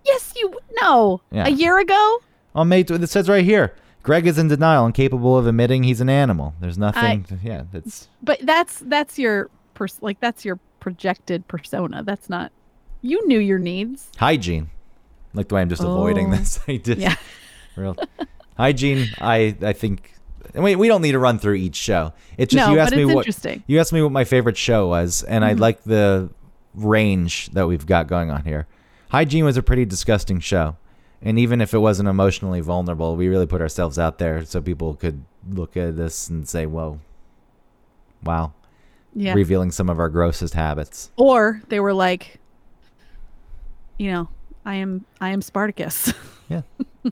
S1: Yes, you. No.
S2: Yeah.
S1: A year ago?
S2: On May, tw- Oh, it says right here, Greg is in denial and capable of admitting he's an animal. There's nothing. yeah, that's
S1: But that's that's your pers- like that's your projected persona. That's not you knew your needs.
S2: hygiene. Like the way I'm just avoiding
S1: Oh.
S2: this. I just
S1: Yeah.
S2: real hygiene. I I think. And we we don't need to run through each show. It's just
S1: no,
S2: you
S1: but
S2: asked
S1: it's
S2: me what
S1: interesting. Mm-hmm.
S2: you asked me what my favorite show was, and I like the range that we've got going on here. Hygiene was a pretty disgusting show, and even if it wasn't emotionally vulnerable, we really put ourselves out there so people could look at this and say, "Whoa, wow."
S1: Yeah.
S2: revealing some of our grossest habits.
S1: or they were like you know, I am I am Spartacus.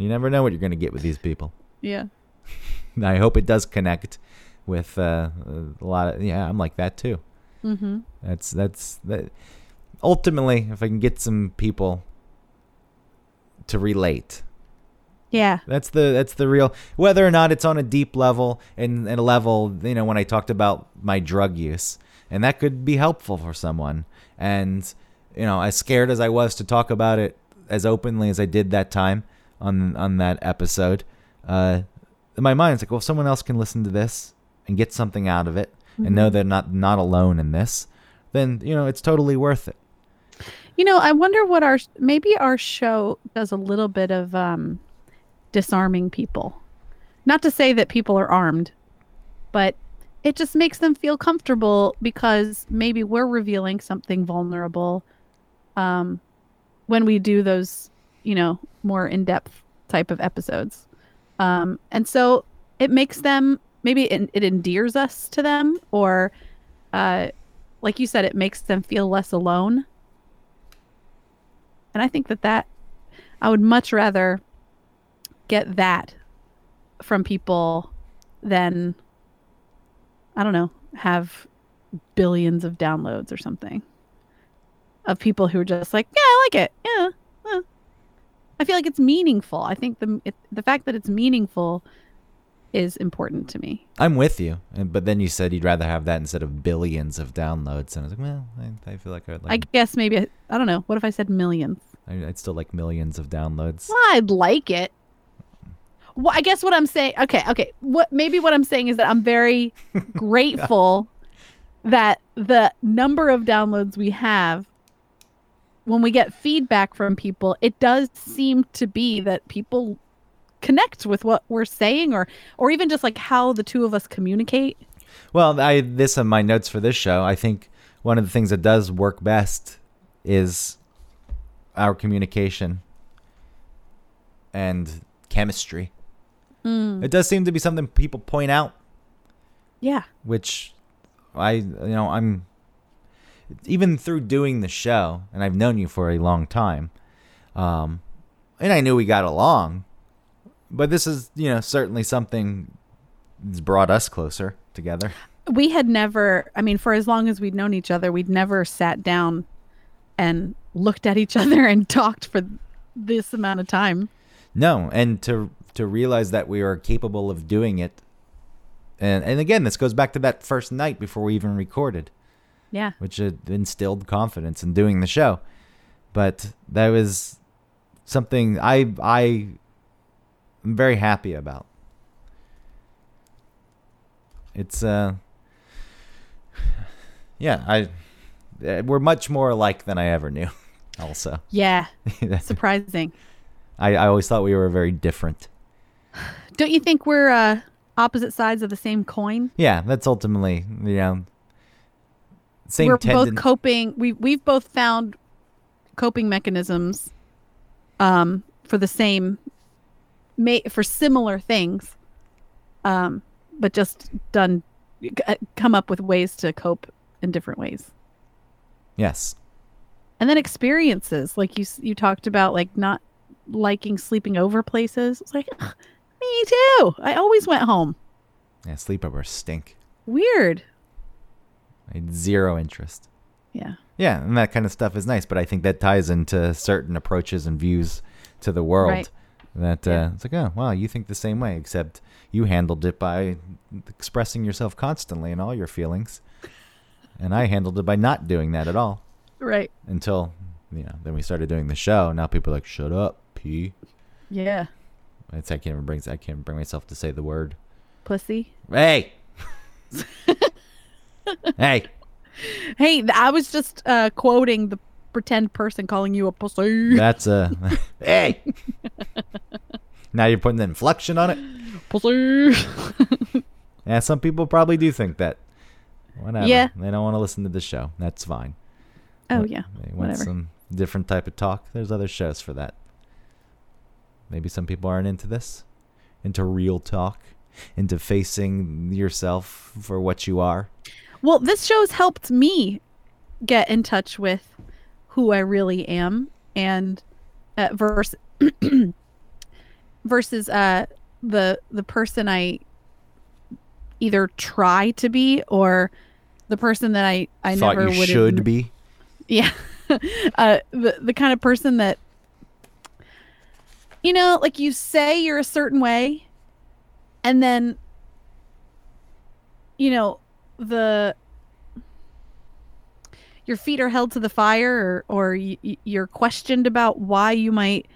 S2: You never know what you're going to get with these people.
S1: yeah.
S2: And I hope it does connect with uh, a lot of yeah, I'm like that too.
S1: Mhm.
S2: That's that's that. Ultimately, if I can get some people to relate,
S1: Yeah.
S2: that's the that's the real whether or not it's on a deep level and, and a level you know when I talked about my drug use and that could be helpful for someone and you know as scared as I was to talk about it as openly as I did that time on on that episode uh, in my mind's like well if someone else can listen to this and get something out of it and know they're not not alone in this then you know it's totally worth it
S1: You know, I wonder what our maybe our show does a little bit of um, disarming people. Not to say that people are armed, but it just makes them feel comfortable because maybe we're revealing something vulnerable um, when we do those, you know, more in depth type of episodes. Um, and so it makes them maybe it, it endears us to them, or uh, like you said, it makes them feel less alone. And I think that that I would much rather get that from people than I don't know, have billions of downloads or something of people who are just like, yeah, I like it. Yeah. huh." I feel like it's meaningful. I think the it, the fact that it's meaningful is important to me.
S2: I'm with you, and, but then you said you'd rather have that instead of billions of downloads, and I was like, well, I, I feel like I'd like
S1: I guess maybe I don't know. What if I said millions?
S2: I- I'd still like millions of downloads.
S1: Well, I'd like it. Well, I guess what I'm saying. Okay, okay. What maybe what I'm saying is that I'm very grateful that the number of downloads we have. When we get feedback from people, it does seem to be that people connect with what we're saying, or or even just like how the two of us communicate.
S2: Well, I this in my notes for this show. I think one of the things that does work best is our communication and chemistry. It does seem to be something people point out,
S1: Yeah,
S2: which I you know I'm even through doing the show, and I've known you for a long time, um, and I knew we got along, but this is you know certainly something that's brought us closer together.
S1: we had never. I mean, for as long as we'd known each other, we'd never sat down and looked at each other and talked for this amount of time.
S2: No, and to to realize that we are capable of doing it, and and again, this goes back to that first night before we even recorded,
S1: Yeah.
S2: which had instilled confidence in doing the show. But that was something I I am very happy about. It's uh, yeah, I eh, we're much more alike than I ever knew. Also,
S1: Yeah.
S2: I
S1: Surprising.
S2: I always thought we were very different.
S1: Don't you think we're uh, opposite sides of the same coin?
S2: Yeah, that's ultimately you know same
S1: we're both
S2: tendon.
S1: coping. We we've both found coping mechanisms um, for the same, ma- for similar things, um, but just done c- come up with ways to cope in different ways.
S2: yes,
S1: and then experiences like you s- you talked about like not liking sleeping over places it's like "Ugh, me too i always went home
S2: yeah, sleepovers stink.
S1: weird
S2: I had zero interest.
S1: yeah
S2: Yeah, and that kind of stuff is nice, but I think that ties into certain approaches and views to the world
S1: Right.
S2: That uh, it's like, oh wow, you think the same way, except you handled it by expressing yourself constantly and all your feelings, and I handled it by not doing that at all
S1: Right.
S2: until you know. Then we started doing the show. Now people are like, shut up, p.
S1: Yeah.
S2: It's I can't even bring I can't bring myself to say the word.
S1: Pussy.
S2: Hey, hey,
S1: Hey, th- I was just uh, quoting the pretend person calling you a pussy.
S2: that's a hey. now you're putting the inflection on it.
S1: pussy.
S2: Yeah, some people probably do think that. Whatever.
S1: Yeah.
S2: They don't want to listen to the show. That's fine.
S1: oh
S2: But
S1: yeah.
S2: They want
S1: Whatever.
S2: some different type of talk. There's other shows for that. Maybe some people aren't into this, into real talk, into facing yourself for what you are.
S1: Well, this show's helped me get in touch with who I really am, and uh, verse versus uh, the the person I either try to be or the person that I I
S2: Thought
S1: never
S2: you
S1: would
S2: should
S1: admit-
S2: be.
S1: yeah uh the, the kind of person that you know like you say you're a certain way and then you know the your feet are held to the fire or, or y- y- you're questioned about why you might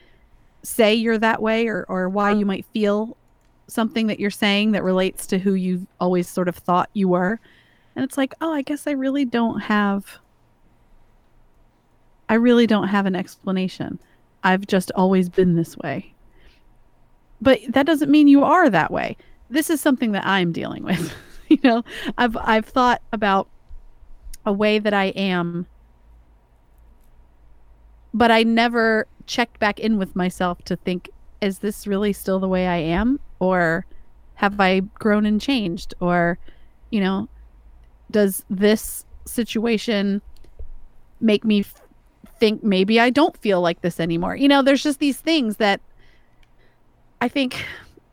S1: say you're that way or, or why you might feel something that you're saying that relates to who you've always sort of thought you were and it's like oh i guess i really don't have I really don't have an explanation. I've just always been this way. But that doesn't mean you are that way. This is something that I'm dealing with. you know, I've I've thought about a way that I am but I never checked back in with myself to think is this really still the way I am or have I grown and changed or you know does this situation make me f- think maybe I don't feel like this anymore. You know, there's just these things that I think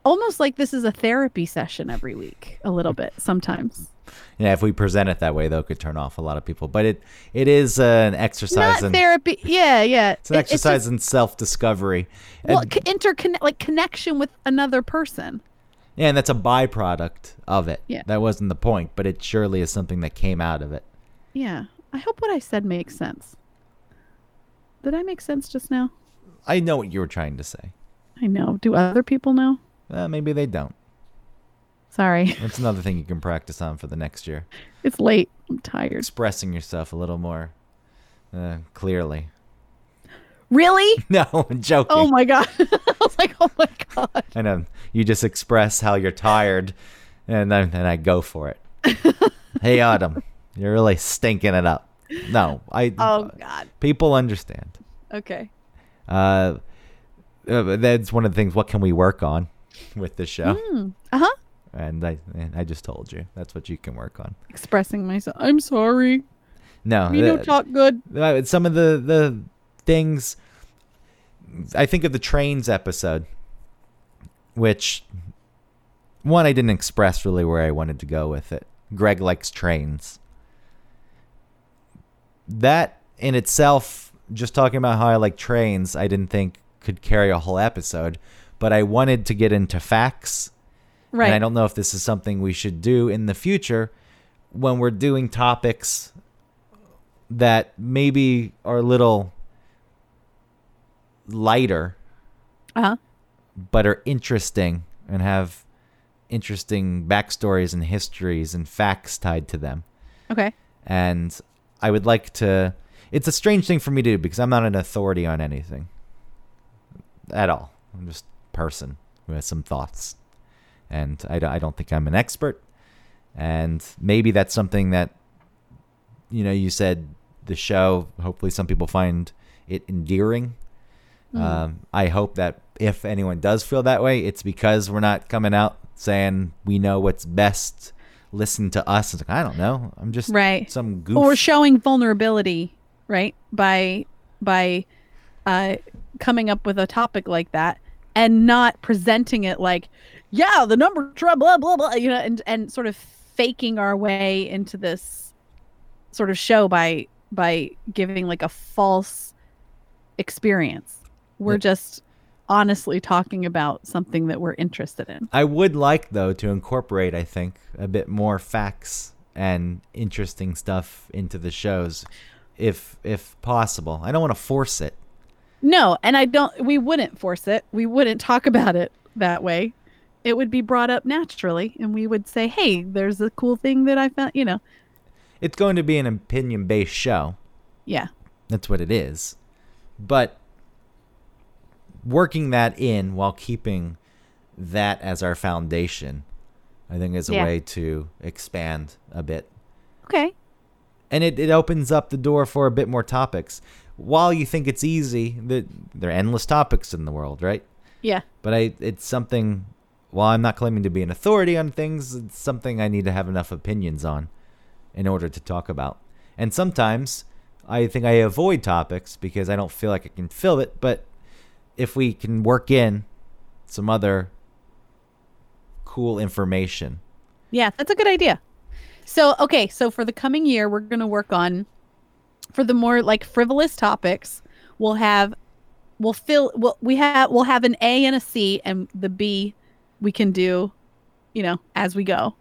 S1: almost like this is a therapy session every week, a little bit sometimes.
S2: Yeah, if we present it that way, though, it could turn off a lot of people. But it it is uh, an exercise
S1: Not
S2: in
S1: therapy. Yeah, yeah.
S2: it's an
S1: It-
S2: exercise
S1: just-
S2: in self discovery.
S1: well, c- interconnect, like connection with another person.
S2: Yeah, and that's a byproduct of it.
S1: Yeah.
S2: That wasn't the point, but it surely is something that came out of it.
S1: Yeah. I hope what I said makes sense. Did I make sense just now?
S2: I know what you were trying to say.
S1: I know. Do other people know?
S2: Uh, maybe they don't.
S1: Sorry.
S2: That's another thing you can practice on for the next year.
S1: It's late. I'm tired.
S2: Expressing yourself a little more uh, clearly.
S1: Really?
S2: No, I'm joking.
S1: Oh my god. I was like, "Oh my god."
S2: I know. You just express how you're tired, and then and I go for it. hey, Autumn, you're really stinking it up. No, I.
S1: Oh god.
S2: People understand.
S1: Okay.
S2: Uh, uh, that's one of the things. What can we work on with this show?
S1: Uh huh.
S2: And I, and I just told you that's what you can work on.
S1: Expressing myself. I'm sorry.
S2: No,
S1: Me no
S2: uh,
S1: talk good.
S2: Uh, some of the the things I think of the trains episode, which one I didn't express really where I wanted to go with it. Greg likes trains. That in itself, just talking about how I like trains, I didn't think could carry a whole episode, but I wanted to get into facts
S1: Right.
S2: and I don't know if this is something we should do in the future when we're doing topics that maybe are a little lighter
S1: Uh huh.
S2: but are interesting and have interesting backstories and histories and facts tied to them.
S1: Okay.
S2: And I would like to it's a strange thing for me to do because I'm not an authority on anything at all. I'm just a person who has some thoughts. And I, don't- I don't think I'm an expert. And maybe that's something that, you know, you said the show, hopefully some people find it endearing.
S1: Hmm.
S2: Um, I hope that if anyone does feel that way, it's because we're not coming out saying we know what's best. Listen to us. It's like, I don't know. I'm just
S1: Right.
S2: some goof.
S1: Or we're showing vulnerability, right? By by uh coming up with a topic like that and not presenting it like, yeah, the number tra- blah blah blah, you know, and and sort of faking our way into this sort of show by by giving like a false experience. We're
S2: Yeah.
S1: just honestly talking about something that we're interested in.
S2: I would like though to incorporate, I think, a bit more facts and interesting stuff into the shows, if if possible. I don't want to force it.
S1: No, and I don't we wouldn't force it. We wouldn't talk about it that way. It would be brought up naturally and we would say, "Hey, there's a cool thing that I found, you know."
S2: It's going to be an opinion based show.
S1: Yeah.
S2: That's what it is. But working that in while keeping that as our foundation, I think is a
S1: Yeah.
S2: way to expand a bit.
S1: Okay.
S2: And it, it opens up the door for a bit more topics. While you think it's easy, that there are endless topics in the world, right?
S1: Yeah.
S2: But I it's something while I'm not claiming to be an authority on things, it's something I need to have enough opinions on in order to talk about. And sometimes I think I avoid topics because I don't feel like I can fill it, but if we can work in some other cool information.
S1: Yeah, that's a good idea. So, okay, so for the coming year, we're going to work on for the more like frivolous topics, we'll have we'll fill we'll, we have we'll have an A and a C and the B we can do, you know, as we go.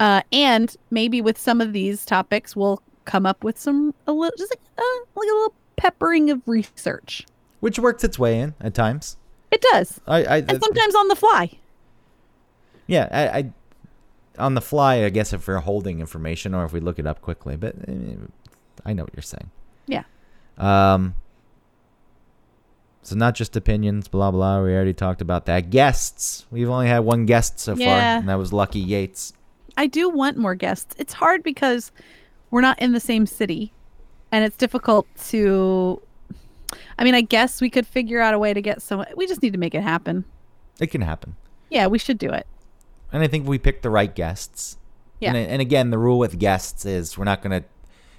S1: Uh and maybe with some of these topics, we'll come up with some a little just like, uh, like a little peppering of research.
S2: Which works its way in at times.
S1: It does.
S2: I, I
S1: And sometimes on the fly.
S2: yeah, I, I on the fly, I guess if we're holding information or if we look it up quickly, but eh, I know what you're saying.
S1: Yeah.
S2: Um, so not just opinions, blah blah. We already talked about that. Guests. We've only had one guest so far,
S1: Yeah.
S2: and that was Lucky Yates.
S1: I do want more guests. It's hard because we're not in the same city and it's difficult to I mean, I guess we could figure out a way to get someone. We just need to make it happen.
S2: It can happen,
S1: Yeah, we should do it.
S2: and I think we picked the right guests.
S1: Yeah.
S2: And, and again, the rule with guests is we're not gonna.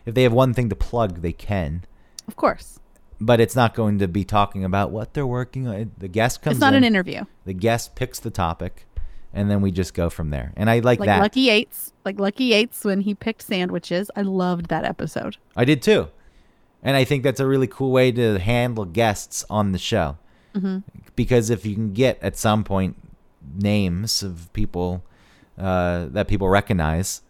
S2: If they have one thing to plug, they can.
S1: Of course.
S2: But it's not going to be talking about what they're working on. The guest comes.
S1: it's not
S2: in,
S1: an interview.
S2: The guest picks the topic, and then we just go from there. And I like,
S1: Like
S2: that.
S1: Lucky Yates, like Lucky Yates when he picked sandwiches. I loved that episode.
S2: I did too, and I think that's a really cool way to handle guests on the show.
S1: Mm-hmm.
S2: Because if you can get at some point names of people uh, that people recognize,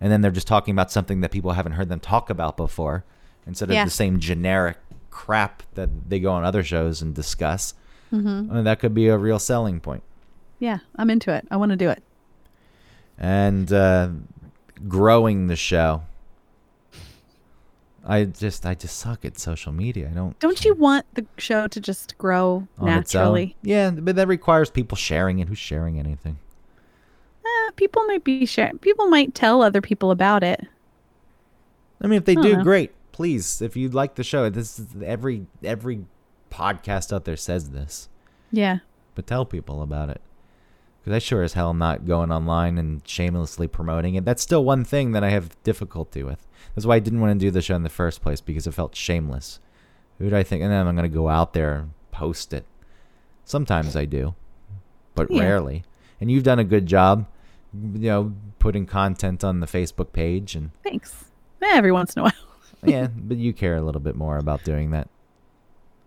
S2: and then they're just talking about something that people haven't heard them talk about before, instead of
S1: Yeah.
S2: the same generic crap that they go on other shows and discuss,
S1: Mm-hmm.
S2: I mean, that could be a real selling point.
S1: Yeah, I'm into it. I want to do it.
S2: and uh, growing the show. I just I just suck at social media. I don't
S1: Don't you want the show to just grow
S2: on its own.
S1: naturally?
S2: Yeah, but that requires people sharing it. Who's sharing anything?
S1: Eh, people might be sharing. People might tell other people about it.
S2: I mean, if they
S1: I
S2: do,
S1: dunno.
S2: great. Please, if you like the show, this is every every podcast out there says this,
S1: Yeah.
S2: but tell people about it. Because I sure as hell am not going online and shamelessly promoting it. That's still one thing that I have difficulty with. That's why I didn't want to do the show in the first place because it felt shameless. Who do I think? And then I'm going to go out there and post it. Sometimes I do, but
S1: Yeah.
S2: rarely. And you've done a good job, you know, putting content on the Facebook page. And
S1: Thanks. Eh, Every once in a while.
S2: yeah, but you care a little bit more about doing that.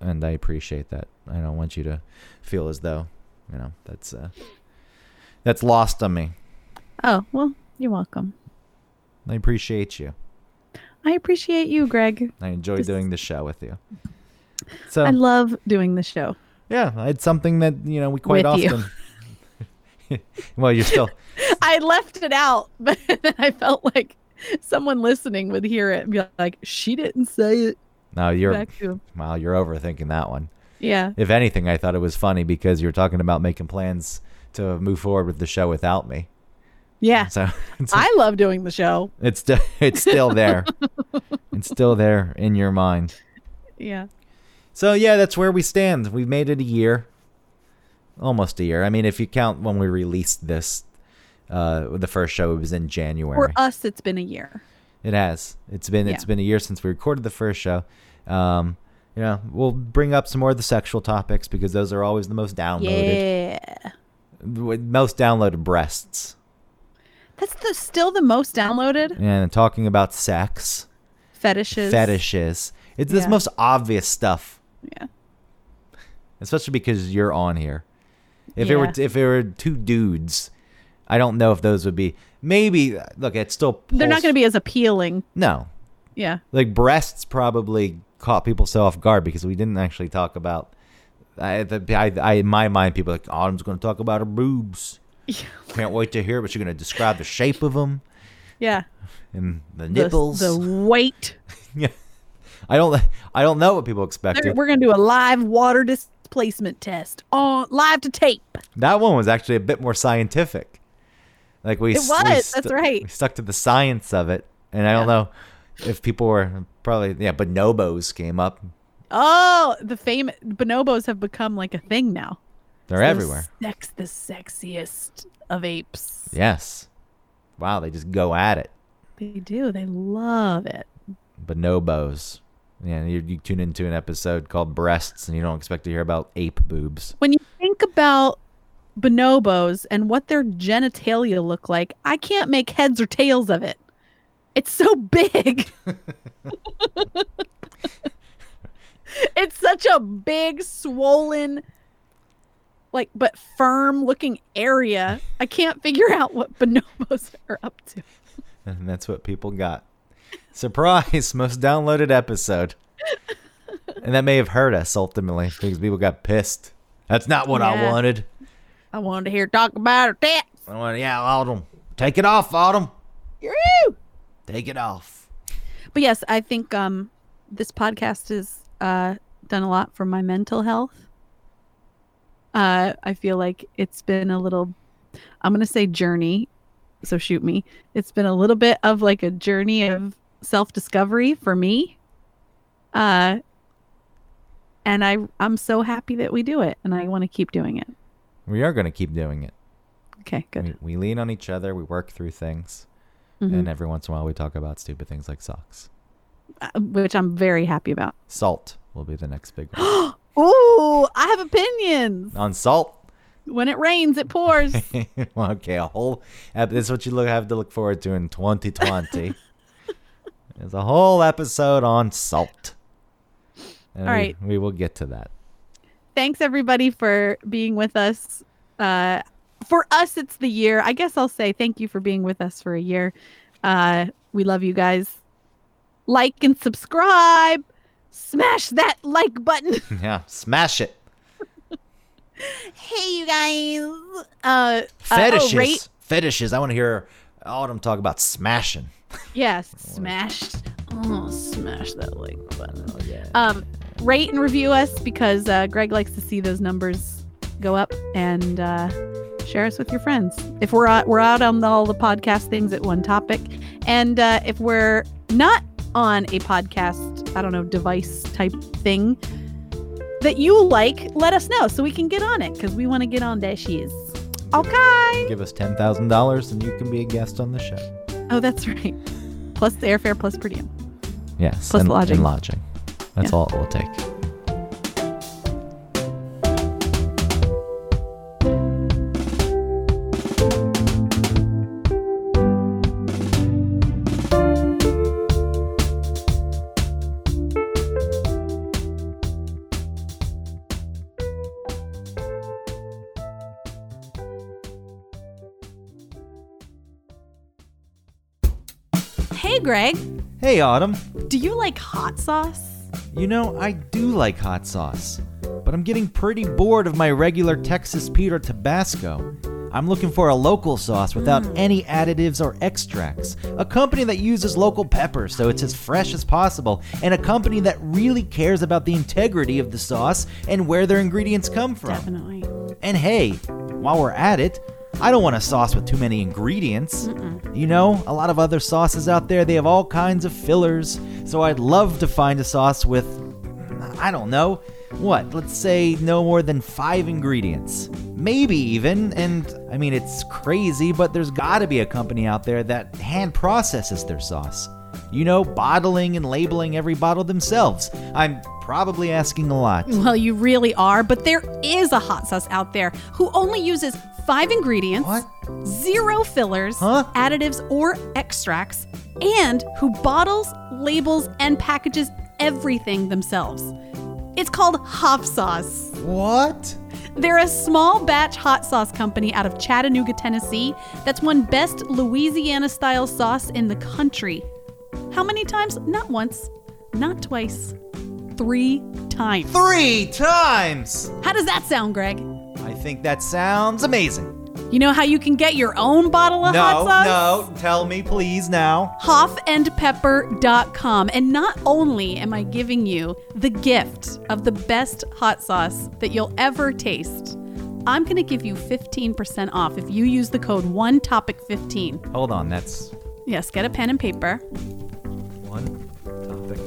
S2: And I appreciate that. I don't want you to feel as though, you know, that's uh that's lost on me.
S1: Oh, well, you're welcome.
S2: I appreciate you.
S1: I appreciate you, Greg.
S2: I enjoy
S1: This-
S2: doing the show with you. So
S1: I love doing the show.
S2: yeah, it's something that, you know, we quite
S1: With you.
S2: often Well, you're still
S1: I left it out, but then I felt like someone listening would hear it and be like, she didn't say it
S2: No, you're
S1: back to him.
S2: well, you're overthinking that one.
S1: Yeah.
S2: If anything, I thought it was funny because you were talking about making plans to move forward with the show without me.
S1: Yeah.
S2: So it's
S1: I love doing the show.
S2: It's still it's still there. it's still there in your mind.
S1: Yeah.
S2: So yeah, that's where we stand. We've made it a year, almost a year. I mean, if you count when we released this, uh, the first show it was in January.
S1: For us, it's been a year.
S2: It has. It's been it's
S1: Yeah.
S2: been a year since we recorded the first show. Um, you know, we'll bring up some more of the sexual topics because those are always the most downloaded,
S1: Yeah.
S2: with most downloaded breasts.
S1: That's the, still the most downloaded
S2: And talking about sex,
S1: fetishes.
S2: fetishes. It's this
S1: Yeah.
S2: most obvious stuff.
S1: Yeah.
S2: especially because you're on here. If it were
S1: Yeah.
S2: if it were two dudes, I don't know if those would be maybe. uh, Look, it's still
S1: They're not going to be as appealing.
S2: no
S1: Yeah.
S2: like breasts probably caught people so off guard because we didn't actually talk about. I, the, I, I in my mind, people are like Autumn's going to talk about her boobs. Can't wait to hear, but you're going to describe the shape of them
S1: Yeah.
S2: and the
S1: The-
S2: nipples.
S1: The, weight.
S2: Yeah. I don't. I don't know what people expected.
S1: There- We're going to do a live water displacement test on live to tape.
S2: That one was actually a bit more scientific. Like we,
S1: It
S2: s- we
S1: was, that's right.
S2: We stuck to the science of it, and I don't know if people were probably yeah. Bonobos came up.
S1: Oh, the famous bonobos have become like a thing now.
S2: They're
S1: The
S2: everywhere.
S1: Sex, the sexiest of apes.
S2: Yes. Wow, they just go at it.
S1: They do. They love it.
S2: Bonobos. Yeah, you, you tune into an episode called Breasts, and you don't expect to hear about ape boobs.
S1: When you think about bonobos and what their genitalia look like, I can't make heads or tails of it. It's so big. it's such a big, swollen, like, but firm looking area. I can't figure out what bonobos are up to.
S2: And that's what people got. Surprise! Most downloaded episode. And that may have hurt us ultimately because people got pissed. That's not what I
S1: Yeah.
S2: wanted.
S1: I wanted to hear talk about her tats.
S2: I wanted, yeah, Autumn. Take it off, Autumn.
S1: Yoo-hoo!
S2: Take it off.
S1: But yes, I think um, this podcast has uh, done a lot for my mental health. Uh, I feel like it's been a little, I'm going to say journey. So shoot me. It's been a little bit of like a journey of self discovery for me. Uh, and I, I'm so happy that we do it and I want to keep doing it.
S2: We are going to keep doing it.
S1: Okay, good.
S2: We, we lean on each other. We work through things.
S1: Mhm.
S2: And every once in a while, we talk about stupid things like socks.
S1: Uh, Which I'm very happy about.
S2: Salt will be the next big one.
S1: Ooh, I have opinions.
S2: on salt,
S1: When it rains, it pours.
S2: okay, a whole. ep- This is what you look, have to look forward to in 2020. There's a whole episode on salt. And
S1: All
S2: we-
S1: right.
S2: we will get to that.
S1: thanks everybody for being with us. Uh, for us, it's the year. I guess I'll say thank you for being with us for a year. Uh, we love you guys. Like and subscribe. Smash that like button.
S2: Yeah, smash it.
S1: hey, you guys. Uh, uh,
S2: Fetishes,
S1: oh, rate-
S2: fetishes. I want to hear Autumn talk about smashing.
S1: yeah, smash. Oh, smash that like button.
S2: Oh yeah.
S1: um, rate and review us because uh, Greg likes to see those numbers go up and uh, share us with your friends. If we're out, we're out on all the podcast things at one topic, and uh, if we're not on a podcast, I don't know device type thing that you like, let us know so we can get on it because we want to get on that shiz. Okay.
S2: Give us ten thousand dollars, and you can be a guest on the show.
S1: Oh, that's right. Plus the airfare, plus per diem.
S2: Yes,
S1: Plus
S2: and,
S1: lodging.
S2: and lodging. That's all it will take.
S1: Hey, Greg,
S2: Hey, Autumn.
S1: do you like hot sauce?
S2: You know, I do like hot sauce, but I'm getting pretty bored of my regular Texas Pete or Tabasco. I'm looking for a local sauce without any additives or extracts. A company that uses local peppers so it's as fresh as possible, and a company that really cares about the integrity of the sauce and where their ingredients come from.
S1: Definitely.
S2: And hey, while we're at it, I don't want a sauce with too many ingredients. You know, a lot of other sauces out there, they have all kinds of fillers. So I'd love to find a sauce with, I don't know, what, let's say no more than five ingredients. Maybe even, and I mean, it's crazy, but there's gotta be a company out there that hand processes their sauce. You know, bottling and labeling every bottle themselves. I'm probably asking a lot.
S1: Well, you really are, but there is a hot sauce out there who only uses five ingredients,
S2: What?
S1: zero fillers,
S2: Huh?
S1: additives, or extracts, and who bottles, labels, and packages everything themselves. It's called Hop Sauce.
S2: What?
S1: They're a small batch hot sauce company out of Chattanooga, Tennessee that's won best Louisiana style sauce in the country. How many times? Not once, not twice, three times.
S2: Three times!
S1: How does that sound, Greg?
S2: I think that sounds amazing.
S1: You know how you can get your own bottle of hot
S2: No,
S1: sauce?
S2: no, tell me please now.
S1: hoffandpepper.com. And not only am I giving you the gift of the best hot sauce that you'll ever taste, I'm going to give you 15% off if you use the code ONETOPIC15.
S2: Hold on, that's
S1: Yes, get a pen and paper.
S2: one topic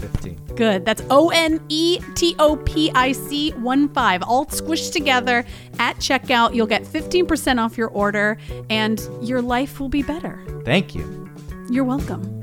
S2: 15.
S1: Good. That's O N E T O P I C 1 5, all squished together at checkout. You'll get 15% off your order and your life will be better.
S2: Thank you.
S1: You're welcome.